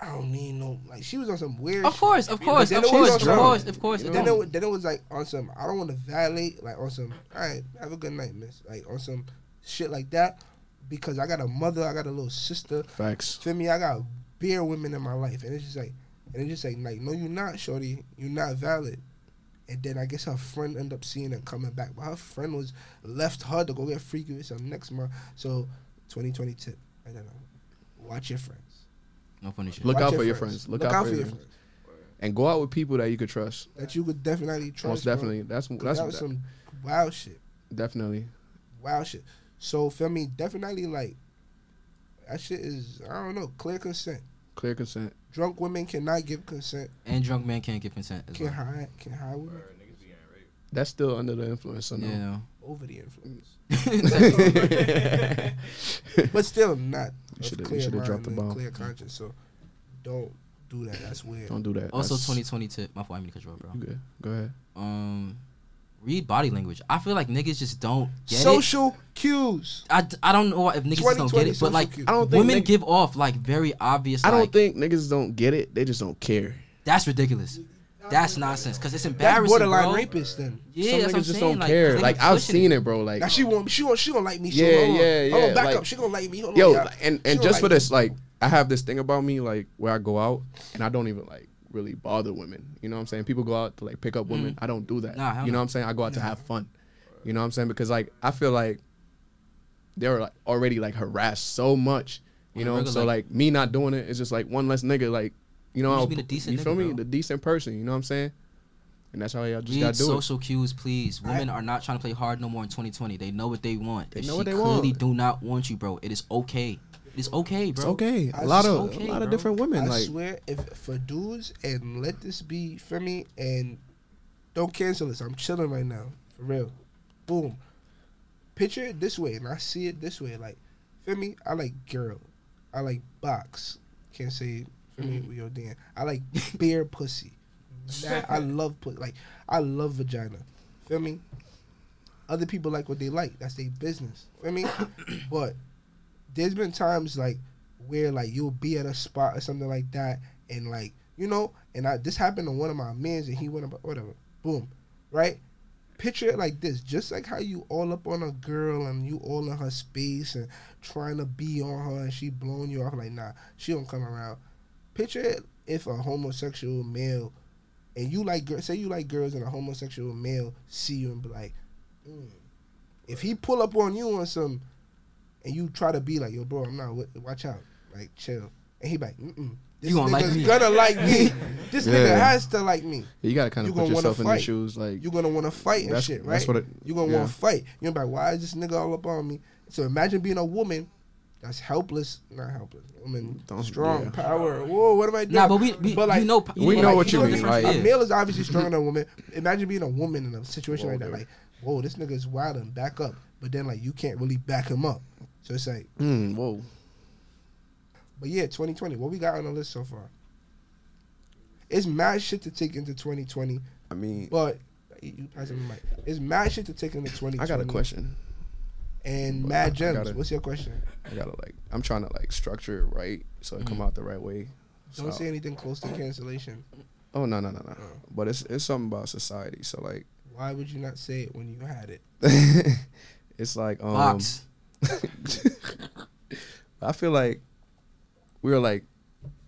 S3: I don't need no like. She was on some weird.
S5: Of
S3: shit.
S5: course, of
S3: But
S5: course,
S3: then
S5: of
S3: it was
S5: course,
S3: on
S5: of
S3: some-
S5: course, of course.
S3: But
S5: it
S3: then it,
S5: don't-
S3: wa- then it was like on some. I don't want to violate like on some. All right, have a good night, miss. Like on some shit like that, because I got a mother, I got a little sister.
S4: <laughs> Facts.
S3: Feel me? I got beer women in my life, and it's just like, and it's just like, like, no, you're not, shorty. You're not valid. And then I guess her friend ended up seeing and coming back, but her friend was left her to go get freaky with some next month. So, 2020 tip, I don't know. Watch your friends.
S5: No funny shit.
S4: Look
S3: Watch
S4: out for your friends. Look, out, for your friends. And go out with people that you could trust.
S3: That you could definitely trust.
S4: Most
S3: bro.
S4: definitely. That's
S3: 'Cause
S4: that's
S3: that was some wild shit.
S4: definitely.
S3: Wild shit. So feel me, definitely like that shit is I don't know, clear consent.
S4: Clear consent.
S3: Drunk women cannot give consent.
S5: And drunk man can't give consent as
S3: Can
S5: well.
S3: hide can hide women
S4: That's still under the influence. So no. <laughs>
S5: Yeah.
S3: over the influence. <laughs>
S4: Yeah.
S3: But still not of
S4: shoulda- you
S3: clear
S4: shoulda
S3: mind
S4: dropped the
S3: and
S4: bomb.
S3: clear conscience. So don't do that. That's weird.
S4: Don't do that.
S5: <laughs> also,
S4: That's-
S5: 2020 tip. My fault. I mean to cut you off, bro.
S4: You good? Go ahead.
S5: Um, read body language. I feel like niggas just don't get it.
S3: Social cues.
S5: I, d- I don't know why if niggas just don't
S3: 2020
S5: get it,
S3: social
S5: but like
S3: cues.
S4: I don't think
S5: women
S4: nigg-
S5: give off like very obvious.
S4: I
S5: like,
S4: don't think niggas don't get it. They just don't care.
S5: that's ridiculous. That's nonsense because it's embarrassing.
S3: That's borderline
S5: bro.
S3: rapist then.
S5: Yeah,
S4: Some
S5: that's
S4: niggas
S5: what I'm
S4: just
S5: saying.
S4: don't
S5: like,
S4: care. Like I've seen it, bro. Like
S3: Now she won't she won't she gonna like me. She
S4: Yeah,
S3: gonna, hold on.
S4: yeah,
S3: Hold on,
S4: yeah,
S3: back
S4: like-
S3: up. She gonna like me. Hold on,
S4: yo,
S3: y'all.
S4: like, and
S3: She
S4: and
S3: gonna
S4: just
S3: like
S4: for
S3: me.
S4: this, like I have this thing about me, like where I go out and I don't even like really bother women. You know what I'm saying? People go out to like pick up women. I don't do that.
S5: Mm. Nah, hell
S4: you know
S5: no.
S4: what I'm saying? I go out to have fun. You know what I'm saying? Because like I feel like they were like already like harassed so much. You
S5: On a
S4: know,
S5: regular,
S4: so
S5: like-
S4: like me not doing it is just like one less nigga. Like you know,
S5: You just
S4: I'll-
S5: be the decent
S4: you feel
S5: nigga,
S4: me?
S5: bro.
S4: The decent person. You know what I'm saying? And that's how y'all just
S5: Read
S4: gotta do it.
S5: social cues, please. Women are not trying to play hard no more in 2020. They know what they want.
S4: They
S5: If
S4: know
S5: she
S4: what they
S5: clearly
S4: want.
S5: do not want you, bro. It is okay. It is okay, bro.
S4: It's okay.
S3: I
S4: A lot
S3: just-
S4: of
S5: okay,
S4: a lot of
S5: bro.
S4: different women.
S3: I
S4: like
S3: swear, if for dudes and let this be for me and don't cancel this. I'm chilling right now, for real. Boom. Picture it this way, and I see it this way. Like, for me, I like girl. I like box. Can't say for me
S4: Mm-hmm.
S3: with your damn. I like
S4: <laughs>
S3: beer pussy. That- I love put like I love vagina. Feel me? Other people like what they like. That's their business. Feel
S4: <coughs>
S3: me? but there's been times like where like you'll be at a spot or something like that, and like you know, and I this happened to one of my men's, and he went about whatever, boom, right? Picture it like this, just like how you all up on a girl and you all in her space and trying to be on her, and she blowing you off like nah, she don't come around. Picture it if a homosexual male and you like girl, say you like girls and a homosexual male see you and be like, mm. if he pull up on you on some, and you try to be like, yo, bro, I'm not. With, watch out, like chill. And he like, mm this
S5: You gonna like
S3: nigga's
S5: me.
S3: gonna like
S5: <laughs>
S3: me. This nigga
S4: Yeah.
S3: has to like me.
S4: you gotta kind
S3: You
S4: of
S3: gonna wanna
S4: put yourself in the
S3: fight.
S4: shoes. Like
S3: You're gonna want to fight and
S4: That's-
S3: shit, right?
S4: that's what it-
S3: You're gonna
S4: yeah.
S3: want to fight. You're gonna be like, why is this nigga all up on me? So imagine being a woman that's helpless, not helpless, woman
S4: Don't-
S3: strong,
S4: yeah.
S3: power. Whoa, what am I doing?
S5: Nah, but we, we,
S3: But,
S5: but
S3: like,
S5: you know,
S4: We know
S5: like,
S4: what you
S5: the
S4: mean,
S5: difference.
S4: right?
S5: Yeah.
S3: A male is obviously
S4: <laughs>
S3: stronger than a woman. Imagine being a woman in a situation
S4: Whoa,
S3: like that.
S4: dude.
S3: Like, whoa, this nigga is wild and back up. But then, like, you can't really back him up. So it's like,
S4: mm, whoa.
S3: but yeah, 2020, what we got on the list so far? It's mad shit to take into 2020,
S4: I mean,
S3: but you pass him the mic. It's mad shit to take into 2020.
S4: I got a question.
S3: and
S4: But I- I
S3: Mad Gems.
S4: gotta-
S3: What's your question?
S4: I gotta like, I'm trying to like structure it right so it come out the right way.
S3: Mm. Don't
S4: So-
S3: say anything close to cancellation.
S4: Oh no no no no! But it's it's something about society. So like, <laughs>
S3: Why would you not say it when you had it?
S4: it's like um,
S5: Box.
S4: <laughs> I feel like we're like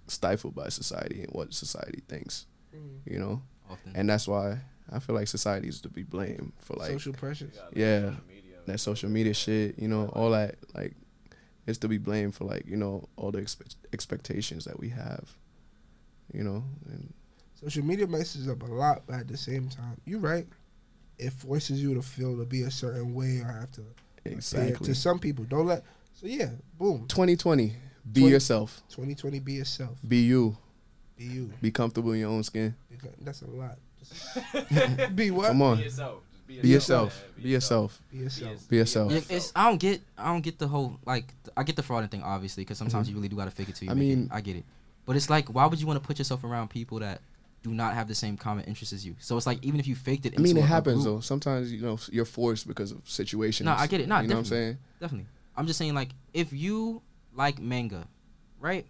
S4: stifled by society and what society thinks,
S3: Mm.
S4: you know.
S5: Often.
S4: And that's why I feel like society is to be blamed for like
S3: Social pressures.
S4: yeah, that social media shit, you know, all that like it's to be blamed for like you know all the expe- expectations that we have, you know. And
S3: Social media messes up a lot, but at the same time, you're right. It forces you to feel to be a certain way or have to appear
S4: exactly.
S3: to some people. Don't let. So yeah, boom.
S4: 2020, be
S3: 20
S4: yourself,
S3: 2020, be yourself.
S4: be you,
S3: Be you.
S4: be comfortable in your own skin.
S3: Because that's a lot. <laughs> be what?
S4: Come on,
S2: Be yourself. Just
S4: be yourself,
S2: Yeah,
S4: be yourself,
S3: Be yourself.
S4: be yourself.
S5: Yeah, it's, I don't get I don't get the whole like th- I get the fraudulent thing obviously because sometimes you really do gotta fake it to you.
S4: Mm-hmm. I
S5: make it.
S4: mean-
S5: I get it, but it's like why would you want to put yourself around people that do not have the same common interests as you? So it's like even if you faked it,
S4: I mean,
S5: into
S4: it
S5: a- a
S4: happens
S5: group-
S4: though. Sometimes you know you're forced because of situations.
S5: No, I get it. No,
S4: you know what I'm
S5: definitely.
S4: saying.
S5: Definitely. I'm just saying like if you like manga, right?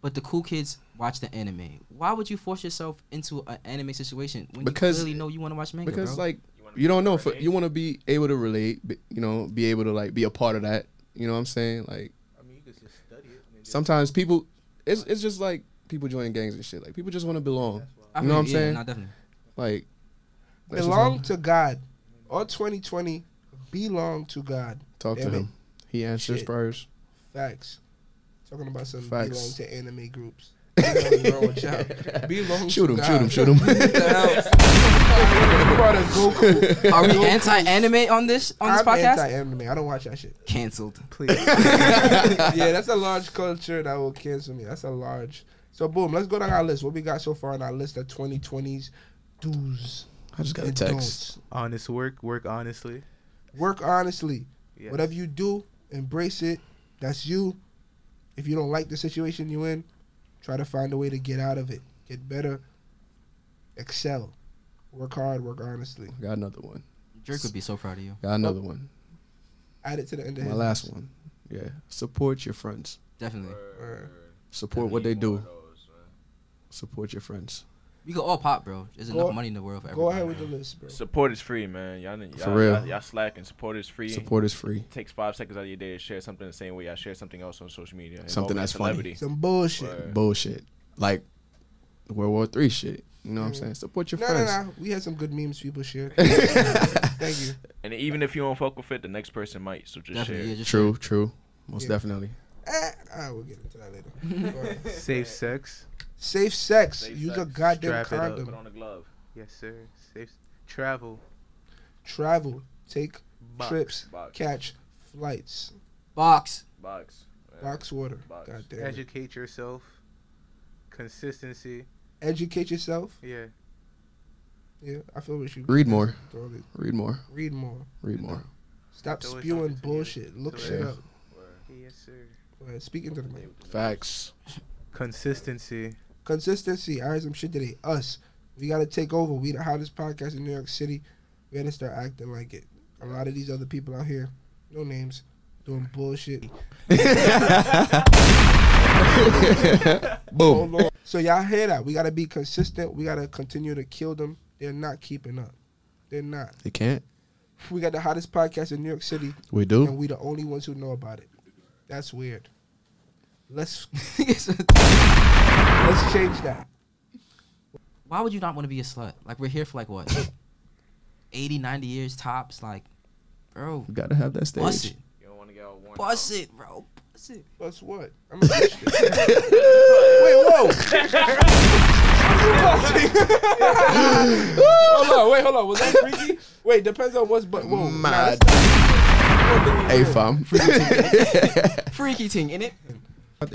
S5: But the cool kids watch the anime. Why would you force yourself into an anime situation when
S4: Because-
S5: you clearly know you want to watch manga?
S4: Because
S5: bro?
S4: like
S8: wanna
S4: you don't know,
S8: relate?
S4: for, you want to be able to relate. be- You know, be able to like be a part of that. You know what I'm saying? Like
S7: I mean, you could just study it. and then just-
S4: sometimes people, it's it's just like people join gangs and shit. Like people just want to belong.
S5: I
S4: you know what I'm
S5: yeah,
S4: saying?
S5: nah, definitely.
S4: Like that's just
S3: Belong
S4: what-
S3: to God. All 2020, belong to God.
S4: Talk to
S3: Damn it.
S4: him. He answers
S3: Shit.
S4: first.
S3: Facts. Talking about some
S4: Facts.
S3: belong to anime groups.
S4: <laughs>
S3: Nothing wrong with y'all. belong
S4: Shoot
S3: to
S4: him!
S3: God.
S4: Shoot him!
S3: <laughs>
S4: Shoot him!
S3: What the hell? Part of
S4: <laughs>
S3: Goku.
S5: Are we anti-anime on this on this
S3: I'm
S5: podcast?
S3: anti-anime. I don't watch that
S4: <laughs>
S3: shit.
S5: Cancelled.
S7: Please.
S3: yeah, that's a large culture that will cancel me. That's a large. So boom, let's go down our list. What we got so far on our list of 2020s do's
S4: I just got a
S3: and
S4: text.
S3: don'ts.
S7: <laughs> Honest work. Work honestly.
S3: Work honestly.
S7: Yeah.
S3: Whatever you do, embrace it. That's you. If you don't like the situation you're in, try to find a way to get out of it. Get better. Excel. Work hard. Work honestly.
S4: Got another one.
S5: Jerk would be so proud of you.
S4: Got another one.
S3: Add it to the end of
S4: My
S3: his
S4: last
S3: list.
S4: one. Yeah. Support your friends.
S5: Definitely.
S3: Word.
S4: Support what they do. Support your friends.
S5: We could all pop, bro. There's
S3: Go-
S5: enough money in the world for
S3: Go
S5: everybody.
S3: ahead with the list, bro.
S8: Support is free, man. Y'all, y'all,
S4: For real.
S8: y'all, y'all slacking. Support is free.
S4: Support is free.
S8: takes five seconds out of your day to share something the same way I share something else on social media. Involving
S4: Something
S8: a
S4: that's funny.
S8: celebrity.
S3: Some bullshit.
S8: Word.
S4: bullshit. Like World War Three shit. You know what I'm saying? Support your
S3: No, no,
S4: friends.
S3: no. We had some good memes people
S4: <laughs>
S3: shared. Thank you.
S8: And even if you don't fuck with it, the next person might. So just
S5: Definitely. Yeah,
S8: share.
S5: just
S4: True, true. Most
S3: Yeah.
S4: definitely.
S3: Eh, ah, we'll get into that later. Alright.
S4: <laughs>
S7: Safe sex.
S3: Safe sex.
S8: Safe
S3: Use a
S8: sex.
S3: goddamn
S7: Strap it up.
S8: Put
S3: condom.
S8: on a glove.
S7: Yes, sir. Safe. Travel.
S3: Travel. Take
S7: Box.
S3: trips.
S8: Box.
S3: Catch flights.
S5: Box. <laughs>
S8: Box. Yeah.
S3: Box
S7: Uh,
S3: water.
S8: Box.
S3: God damn it.
S7: Educate yourself. Consistency.
S3: Educate yourself.
S7: Yeah.
S3: Yeah, I feel what you
S4: Read more.
S3: Throw it.
S4: Read more.
S3: Read more.
S4: Read more.
S3: Stop
S7: Throw it
S3: spewing
S7: something to you.
S3: bullshit. Look
S7: Throw it
S3: shit
S4: Yeah.
S3: up.
S7: Yes, sir.
S3: Alright, Speaking to the mic.
S4: Facts.
S7: Consistency.
S3: Consistency. I heard some shit today. Us. We gotta take over. We the hottest podcast in New York City. We gotta start acting like it. A lot of these other people out here, no names, doing bullshit.
S4: Boom.
S3: Oh, Lord. So y'all hear that? We gotta be consistent. We gotta continue to kill them. They're not keeping up. They're not.
S4: They can't.
S3: We got the hottest podcast in New York City,
S4: We do.
S3: and we the only ones who know about it. That's weird. Let's <laughs> let's change that.
S5: Why would you not want to be a slut? Like we're here for like what?
S3: <laughs>
S5: 80, 90 years tops. Like, bro,
S4: We gotta have that stage.
S5: bust it,
S8: You don't want to get all worn
S5: bust it, bro, bust it.
S3: Plus what? I'm a Wait, whoa!
S4: <laughs>
S3: hold on, wait, hold on. Was that freaky? Wait, depends on what's but whoa. Oh, Nah,
S4: Mad. Hey fam.
S3: <laughs>
S5: Freaky ting in it.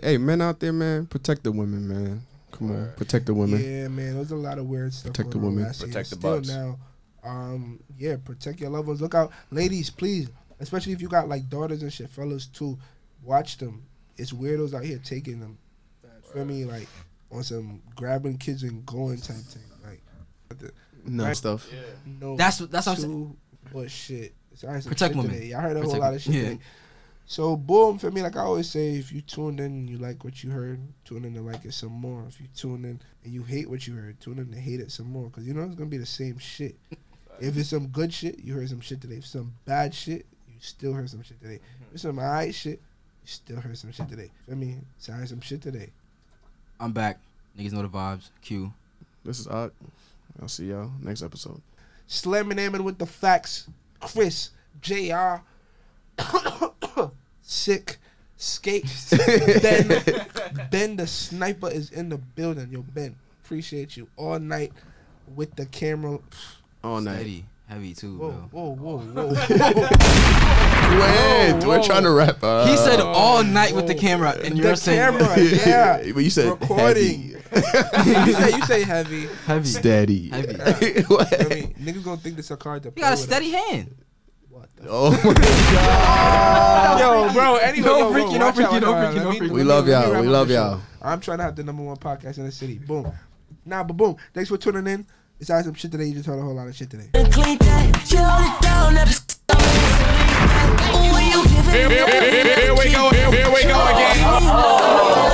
S4: hey men out there, man, protect the women, man. Come on, protect the women.
S3: Yeah, man, there's a lot of weird stuff.
S4: Protect the
S3: going on
S4: women.
S3: last year.
S8: Protect the
S3: Still
S8: butts.
S3: now. Um, yeah, protect your loved ones. Look out, ladies, please. Especially if you got like daughters and shit, fellas too. Watch them. It's weirdos out here taking them. Feel me? Like on some grabbing kids and going type thing. Like
S4: No stuff.
S3: no,
S5: That's what- that's what I'm
S3: too much shit. So I heard some
S5: Protect
S3: shit
S5: women.
S3: Today. I heard a whole
S5: Protect
S3: lot of shit.
S5: women. Yeah.
S3: today. So boom, for me, like I always say, if you tuned in and you like what you heard, tune in to like it some more. If you tune in and you hate what you heard, tune in to hate it some more. Because you know it's gonna be the same shit. if it's some good shit, you heard some shit today. If some bad shit, you still heard some shit today. If it's some alright shit, you still heard some shit today. I mean, so I heard some shit today.
S5: I'm back. Niggas know the vibes. Q.
S4: This is Ock. I'll see y'all next episode.
S3: Slamming Ammon with the facts. Chris, JR, <coughs> Sick, Skates. ben, ben the sniper is in the building. Yo, Ben, appreciate you all night with the camera.
S4: All night.
S5: Steady. Heavy too,
S3: Whoa,
S5: bro.
S3: whoa, whoa, whoa. whoa. <laughs>
S4: <laughs> Wait, we're trying to uh, wrap up.
S5: He said all night with the
S3: whoa.
S5: camera, and
S3: The
S5: you're saying
S3: <laughs> camera, yeah.
S4: <laughs> but you said
S3: Recording.
S4: <laughs>
S3: you say you say heavy.
S5: heavy.
S4: Steady.
S5: Heavy.
S3: I
S4: What?
S3: mean, niggas gonna think this a card to
S5: You
S3: play
S5: got a
S3: with
S5: steady hand.
S4: <laughs> Oh <laughs> my
S3: us. Yo, bro. Anyway,
S5: No
S3: yo, bro,
S5: freaky, no
S3: watch out,
S5: freaky,
S3: watch out.
S5: no freaky, no
S3: Let me-
S5: freaky.
S4: We
S3: let me-
S4: love
S3: let me
S4: y'all.
S3: wrap
S4: We
S3: up
S4: love
S3: the show.
S4: y'all.
S3: I'm trying to have the number one podcast in the city. Boom. Nah, but boom. Thanks for tuning in. It's I had some shit today. You just heard a whole lot of shit today.
S9: and clean that. Chill it down, never stop it. Ooh, you give it-
S10: Here we go, here, here we go again.
S9: Oh,